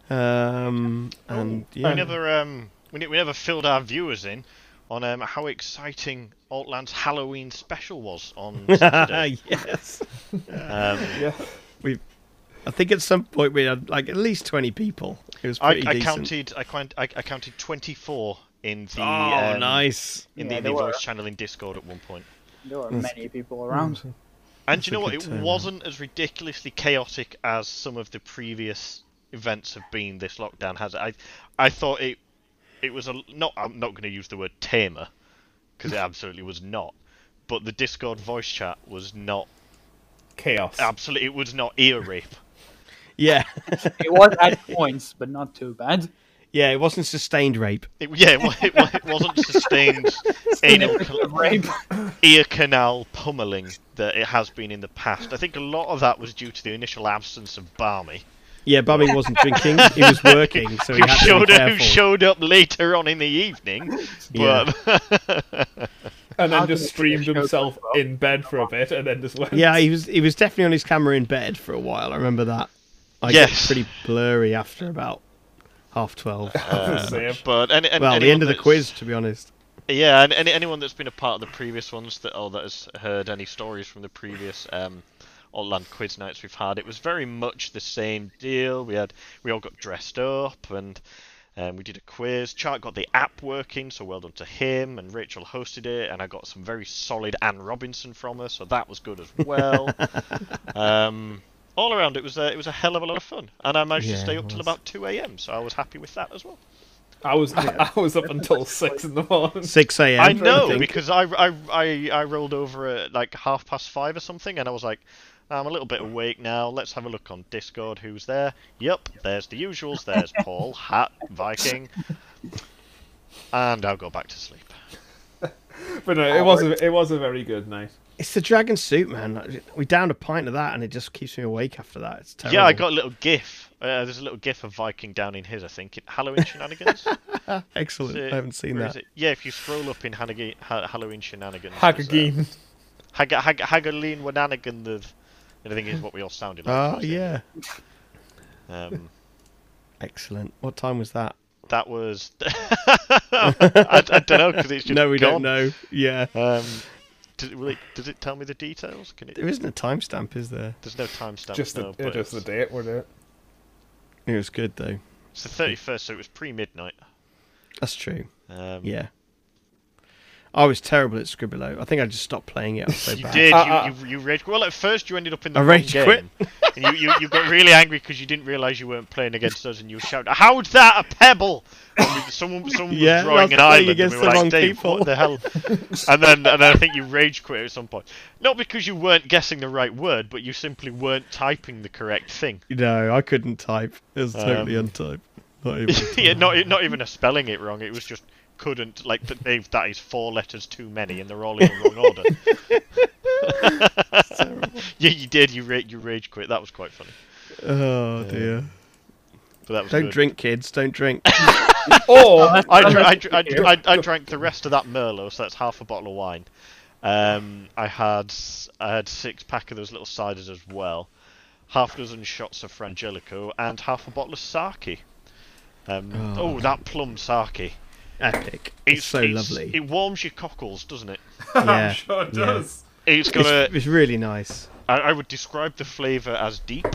Speaker 2: um, and yeah,
Speaker 1: We never um we, ne- we never filled our viewers in on um, how exciting Altland's Halloween special was on Saturday.
Speaker 2: yes.
Speaker 1: um,
Speaker 3: Yeah.
Speaker 2: I think at some point we had like at least twenty people. It was
Speaker 1: I,
Speaker 2: pretty
Speaker 1: I
Speaker 2: decent.
Speaker 1: counted I, count, I, I counted 24 in the
Speaker 2: Oh,
Speaker 1: um,
Speaker 2: nice.
Speaker 1: in the,
Speaker 4: Yeah,
Speaker 1: the
Speaker 4: there were.
Speaker 1: voice channel in Discord at one point.
Speaker 4: There were
Speaker 2: That's-
Speaker 4: many people around.
Speaker 1: And do you know
Speaker 2: a
Speaker 1: what?
Speaker 2: good
Speaker 1: It
Speaker 2: turnout.
Speaker 1: wasn't as ridiculously chaotic as some of the previous events have been. This lockdown has. I, I thought it, it was a not. I'm not going to use the word tamer, because it absolutely was not. But the Discord voice chat was not
Speaker 3: Chaos.
Speaker 1: absolutely. It was not ear rape.
Speaker 2: Yeah,
Speaker 4: it was at points, but not too bad.
Speaker 2: yeah. It wasn't sustained rape.
Speaker 1: It, yeah, it, wa- it, wa- it wasn't sustained anal
Speaker 4: Of
Speaker 1: cl-
Speaker 4: rape.
Speaker 1: ear canal pummeling that it has been in the past. I think a lot of that was due to the initial absence of Barmy.
Speaker 2: Yeah, Bobby wasn't drinking; he was working, so he
Speaker 1: who
Speaker 2: had to be
Speaker 1: showed, up, who
Speaker 2: careful.
Speaker 1: showed up later on in the evening.
Speaker 2: Yeah.
Speaker 1: But
Speaker 3: and
Speaker 4: How
Speaker 3: then
Speaker 4: did
Speaker 3: just
Speaker 4: it
Speaker 3: streamed
Speaker 4: show
Speaker 3: himself
Speaker 4: up?
Speaker 3: in bed for a bit and then just went.
Speaker 2: yeah, he was he was definitely on his camera in bed for a while. I remember that. I
Speaker 1: Yes.
Speaker 2: got pretty blurry after about half twelve.
Speaker 3: Same.
Speaker 1: but any, any,
Speaker 2: well, the
Speaker 1: anyone
Speaker 2: end of the
Speaker 1: that's-
Speaker 2: quiz, to be honest.
Speaker 1: Yeah, and any, anyone that's been a part of the previous ones that or that has heard any stories from the previous um, Outland quiz nights we've had, it was very much the same deal. We had we all got dressed up and. Um, we did a quiz. Chart got the app working, so well done to him. And Rachel hosted it, and I got some very solid Anne Robinson from her, so that was good as well. um, all around, it was a, it was a hell of a lot of fun, and I managed
Speaker 2: Yeah,
Speaker 1: to stay
Speaker 2: it
Speaker 1: up till
Speaker 2: was.
Speaker 1: about two a.m., so I was happy with that as well.
Speaker 3: I was I was up until six in the morning.
Speaker 2: Six a.m.
Speaker 1: I know
Speaker 2: think.
Speaker 1: because I, I, I, I rolled over at like half past five or something, and I was like, I'm a little bit awake now. Let's have a look on Discord. Who's there? Yup, there's the usuals. There's Paul, Hat, Viking, and I'll go back to sleep.
Speaker 3: But no, it was a, it was a very good night.
Speaker 2: It's the dragon soup, man. Like, We downed a pint of that, and it just keeps me awake after that. It's terrible.
Speaker 1: Yeah, I got a little GIF. Uh, there's a little GIF of Viking down in his, I think, in Halloween Shenanigans. Is
Speaker 2: excellent.
Speaker 1: it-
Speaker 2: I haven't seen
Speaker 1: where is
Speaker 2: that.
Speaker 1: it? Yeah, if you scroll up in Hanagi- ha- Halloween Shenanigans, there's,
Speaker 3: Hagagin.
Speaker 1: uh, Hag- Hag- Hagalin Wananigan. The, I think is what we all sounded like.
Speaker 2: Oh
Speaker 1: wasn't it?
Speaker 2: yeah,
Speaker 1: Um,
Speaker 2: excellent. What time was that?
Speaker 1: That was. I, I don't know because it's just
Speaker 2: no, we
Speaker 1: gone.
Speaker 2: don't know. Yeah,
Speaker 1: Um, does, it, will it, does it tell me the details? Can
Speaker 2: there
Speaker 1: it?
Speaker 2: isn't a timestamp, is there?
Speaker 1: There's no timestamp.
Speaker 3: Just the
Speaker 1: no, but
Speaker 3: just the
Speaker 1: it's,
Speaker 3: date we're doing.
Speaker 2: It was good though.
Speaker 1: it's the 31st, so it was pre midnight.
Speaker 2: That's true.
Speaker 1: Um,
Speaker 2: Yeah. I was terrible at Scribblo. I think I just stopped playing it. I was so
Speaker 1: You
Speaker 2: bad.
Speaker 1: did.
Speaker 3: Uh,
Speaker 1: you, you, you rage. Well, at first you ended up in the
Speaker 2: I
Speaker 1: wrong
Speaker 2: rage quit.
Speaker 1: game. and you, you, you got really angry because you didn't realise you weren't playing against us, and you shouted, "How's that a pebble?" And we- someone, someone
Speaker 2: Yeah,
Speaker 1: was drawing
Speaker 2: that's
Speaker 1: an
Speaker 2: playing
Speaker 1: island.
Speaker 2: against
Speaker 1: and we were
Speaker 2: the
Speaker 1: like,
Speaker 2: wrong
Speaker 1: Dave,
Speaker 2: people."
Speaker 1: what the hell? and then, and then I think you rage quit at some point, not because you weren't guessing the right word, but you simply weren't typing the correct thing.
Speaker 2: No, I couldn't type. It was totally
Speaker 1: Um,
Speaker 2: untyped. Not even.
Speaker 1: yeah, not not even a spelling it wrong. It was just couldn't like that. Dave, that is four letters too many, and they're all in the wrong order.
Speaker 2: terrible.
Speaker 1: Yeah, you did. You ra- you rage quit. That was quite funny.
Speaker 2: Oh dear.
Speaker 1: But that was
Speaker 2: Don't
Speaker 1: good.
Speaker 2: drink, kids. Don't drink.
Speaker 3: Or
Speaker 1: I, dr- I, dr- I, dr- I, I drank the rest of that Merlot, so that's half a bottle of wine. Um, I had s- I had six pack of those little ciders as well, half dozen shots of Frangelico, and half a bottle of sake. Um,
Speaker 2: Oh.
Speaker 1: oh. that plum sake!
Speaker 2: Epic. It's, so lovely.
Speaker 1: It warms your cockles, doesn't it?
Speaker 2: yeah.
Speaker 3: I'm sure it
Speaker 2: yeah.
Speaker 3: does.
Speaker 1: It's got
Speaker 2: It's,
Speaker 1: a.
Speaker 2: it's really nice.
Speaker 1: I, I would describe the flavour as deep.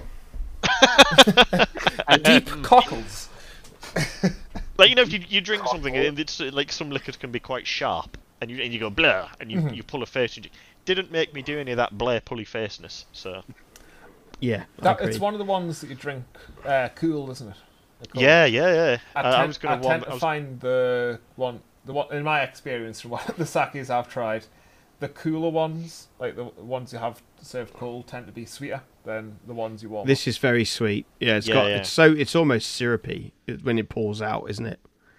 Speaker 3: Deep cockles.
Speaker 1: Like you know, if you, you drink something and it's uh, like some liquors can be quite sharp, and you and you go blur, and you, you pull a face. And you, didn't make me do any of that Blair pulley faceness. So
Speaker 2: Yeah, I
Speaker 3: That,
Speaker 2: agree.
Speaker 3: it's one of the ones that you drink uh, cool, isn't it? They're called.
Speaker 1: Yeah, yeah, yeah.
Speaker 3: I
Speaker 1: Uh,
Speaker 3: tend,
Speaker 1: I was going
Speaker 3: I
Speaker 1: to warm.
Speaker 3: tend
Speaker 1: I
Speaker 3: to
Speaker 1: was-
Speaker 3: find the one, the one in my experience from what the sakis I've tried, the cooler ones, like the ones you have served cold, tend to be sweeter than the ones you warm.
Speaker 2: This is very sweet. Yeah, it's
Speaker 1: Yeah,
Speaker 2: got
Speaker 1: yeah.
Speaker 2: it's so it's almost syrupy when it pours out, isn't it?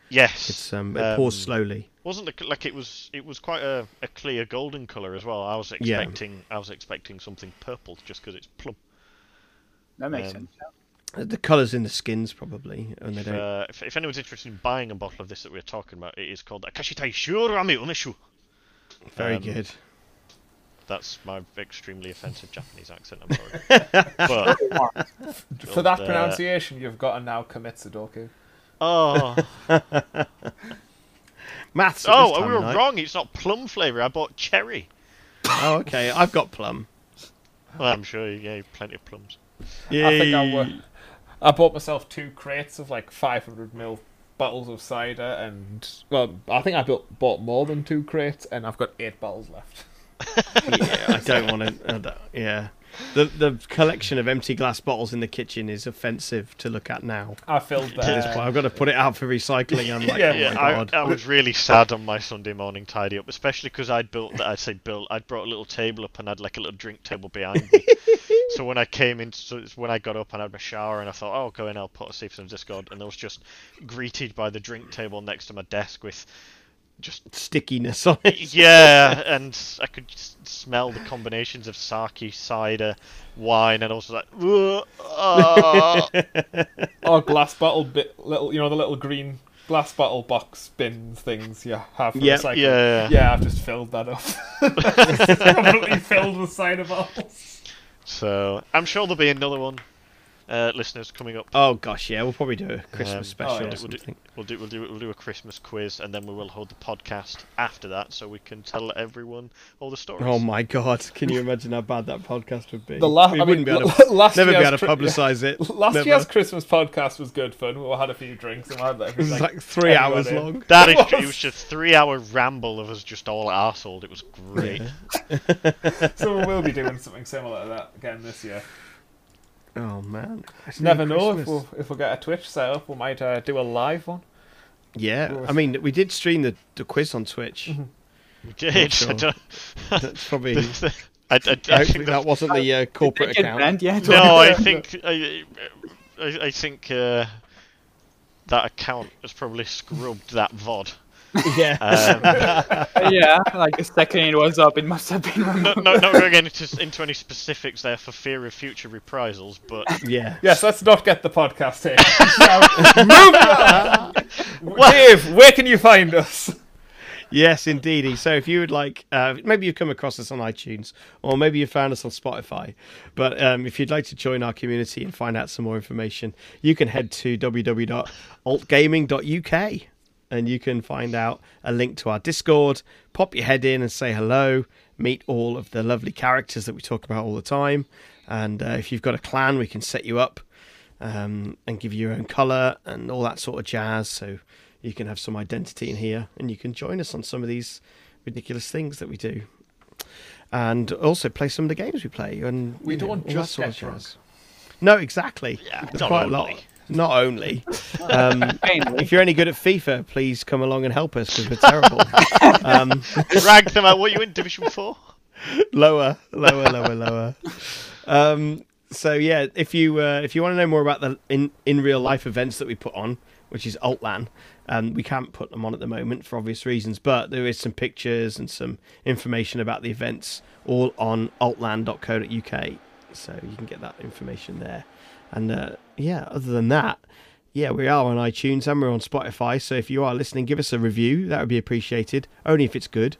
Speaker 1: yes,
Speaker 2: It's um, it pours slowly.
Speaker 1: Wasn't it like it was? It was quite a, a clear golden color as well. I was
Speaker 2: Yeah.
Speaker 1: expecting. I was expecting something purple just because it's plum.
Speaker 4: That makes
Speaker 1: Um,
Speaker 4: sense.
Speaker 2: The colours in the skins probably, and they
Speaker 1: If,
Speaker 2: don't.
Speaker 1: uh, if, if anyone's interested in buying a bottle of this that we are talking about, it is called Akashitai Shurami Umeshu.
Speaker 2: very
Speaker 1: um,
Speaker 2: good.
Speaker 1: That's my extremely offensive Japanese accent. I'm sorry. but
Speaker 3: For that
Speaker 1: Uh,
Speaker 3: pronunciation, you've got to now commit Sudoku.
Speaker 1: oh,
Speaker 2: Maths. at this
Speaker 1: oh,
Speaker 2: time
Speaker 1: we
Speaker 2: of
Speaker 1: were
Speaker 2: night.
Speaker 1: wrong. It's not plum flavor. I bought cherry.
Speaker 2: Oh, okay. I've got plum.
Speaker 1: Well, I'm sure. you- Yeah, you've plenty of plums.
Speaker 3: I think I
Speaker 2: Yay.
Speaker 3: were. I bought myself two crates of like 500 ml bottles of cider, and well, I think I built, bought more than two crates, and I've got eight bottles left.
Speaker 2: yeah, I don't want to. Yeah, the the collection of empty glass bottles in the kitchen is offensive to look at now.
Speaker 3: I filled
Speaker 2: At this point,
Speaker 3: the
Speaker 2: I've got to put it out for recycling. I'm like,
Speaker 3: Uh, Yeah,
Speaker 2: oh
Speaker 1: yeah,
Speaker 2: my
Speaker 1: I,
Speaker 2: god.
Speaker 1: I was really sad on my Sunday morning tidy up, especially because I'd built, I'd say built, I'd brought a little table up and had like a little drink table behind me. so when I came in, so it's when I got up and had my shower and I thought, oh, I'll go in, I'll put a see if there's Discord, and I was just greeted by the drink table next to my desk with just
Speaker 2: Stickiness on it.
Speaker 1: yeah, and I could s smell the combinations of sake, cider, wine, and also like. "Ugh, uh."
Speaker 3: or glass bottle bit little, you know, the little green glass bottle box bin things you have for
Speaker 2: Yeah,
Speaker 3: recycling.
Speaker 1: yeah.
Speaker 3: yeah. I've just filled that up. It's completely filled with cider bottles.
Speaker 1: so I'm sure there'll be another one, uh, listeners coming up.
Speaker 2: Oh gosh, yeah, we'll probably do a Christmas
Speaker 1: Um,
Speaker 2: special
Speaker 3: oh,
Speaker 2: or
Speaker 3: yeah.
Speaker 1: We'll do-
Speaker 2: something.
Speaker 1: We'll do we'll do we'll do a Christmas quiz and then we will hold the podcast after that so we can tell everyone all the stories.
Speaker 2: Oh my god, can you imagine how bad that podcast would be?
Speaker 3: The la-
Speaker 2: we
Speaker 3: I mean,
Speaker 2: wouldn't be able
Speaker 3: la-
Speaker 2: to,
Speaker 3: last
Speaker 2: never be
Speaker 3: year's
Speaker 2: able to
Speaker 3: cri-
Speaker 2: publicise it.
Speaker 3: Last
Speaker 2: never.
Speaker 3: year's Christmas podcast was good fun. We all had a few drinks and I had
Speaker 2: it was
Speaker 3: everything.
Speaker 2: like, three
Speaker 3: everyone
Speaker 2: hours
Speaker 3: in.
Speaker 2: long.
Speaker 1: that is true. It was just a three-hour ramble of us just all arsehole. It was great.
Speaker 3: so we will be doing something similar to that again this year.
Speaker 2: Oh man, It's
Speaker 3: Never
Speaker 2: near
Speaker 3: know if
Speaker 2: Christmas.
Speaker 3: we'll, if we'll get a Twitch set up. We might uh, do a live one.
Speaker 2: Yeah,
Speaker 3: Well, Mm-hmm.
Speaker 2: I mean, we did stream the, the quiz on Twitch.
Speaker 1: We did.
Speaker 2: sure.
Speaker 1: I, don't-
Speaker 2: That's probably.
Speaker 1: I- I- I
Speaker 2: Hopefully,
Speaker 1: think
Speaker 2: that wasn't the uh, corporate
Speaker 4: Did
Speaker 2: account.
Speaker 4: Brent, yeah,
Speaker 1: the- no, I think I I, I think uh, that account has probably scrubbed that VOD.
Speaker 2: Yeah.
Speaker 1: Um,
Speaker 4: yeah, like the second it was up, it must have been.
Speaker 1: no,
Speaker 4: removed.
Speaker 1: no, not going into, into any specifics there for fear of future reprisals, but
Speaker 2: yeah.
Speaker 3: Yes, let's not get the podcast here. Now, moving on. Dave, where can you find us?
Speaker 2: Yes, indeedy. So if you would like, uh, maybe you've come across us on iTunes, or maybe you found us on Spotify. But um, if you'd like to join our community and find out some more information, you can head to www.altgaming.uk and you can find out a link to our Discord. Pop your head in and say hello. Meet all of the lovely characters that we talk about all the time. And uh, if you've got a clan, we can set you up um, and give you your own color and all that sort of jazz. So you can have some identity in here and you can join us on some of these ridiculous things that we do. And also play some of the games we play. And
Speaker 3: We
Speaker 2: you
Speaker 3: don't
Speaker 2: all that
Speaker 3: just
Speaker 2: sort
Speaker 3: get
Speaker 2: of
Speaker 3: drunk.
Speaker 2: jazz. No, exactly.
Speaker 1: Yeah,
Speaker 2: There's
Speaker 1: not
Speaker 2: quite
Speaker 1: only.
Speaker 2: a lot. Not only. Um, if you're any good at FIFA, please come along and help us because we're terrible. um,
Speaker 1: Rag them out. What you in Division Four?
Speaker 2: lower, lower, lower, lower. Um, so yeah, if you uh, if you want to know more about the in in real life events that we put on, which is Altlan, um, we can't put them on at the moment for obvious reasons, but there is some pictures and some information about the events all on altlan.co.uk. So you can get that information there. And uh, yeah, other than that, yeah, we are on iTunes and we're on Spotify. So if you are listening, give us a review. That would be appreciated. Only if it's good.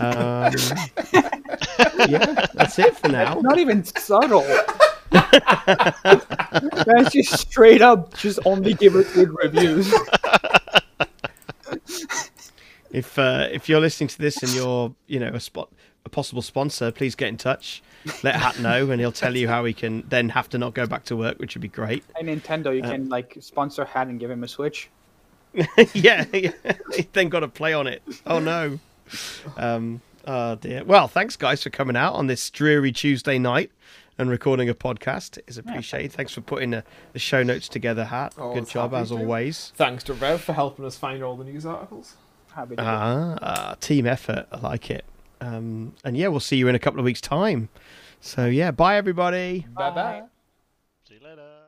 Speaker 2: Um, yeah, that's it for now.
Speaker 4: Not even subtle. That's just straight up, just only give us good reviews.
Speaker 2: If uh, if you're listening to this and you're you know a spot a possible sponsor, please get in touch. Let Hat know, and he'll tell you how he can then have to not go back to work, which would be great.
Speaker 4: Hey Nintendo, you can like sponsor Hat and give him a Switch.
Speaker 2: yeah, yeah. he then got to play on it. Oh no. Um, oh dear. Well, thanks guys for coming out on this dreary Tuesday night. and recording a podcast is appreciated. Thanks for putting the, the show notes together, Hat.
Speaker 3: Oh,
Speaker 2: Good
Speaker 3: it's
Speaker 2: job
Speaker 3: happy
Speaker 2: as
Speaker 3: to.
Speaker 2: always.
Speaker 3: Thanks to Rev for helping us find all the news articles.
Speaker 4: Happy to do it.
Speaker 2: Ah, ah, team effort. I like it. Um, and yeah, we'll see you in a couple of weeks' time. So yeah, bye everybody.
Speaker 3: Bye bye.
Speaker 1: See you later.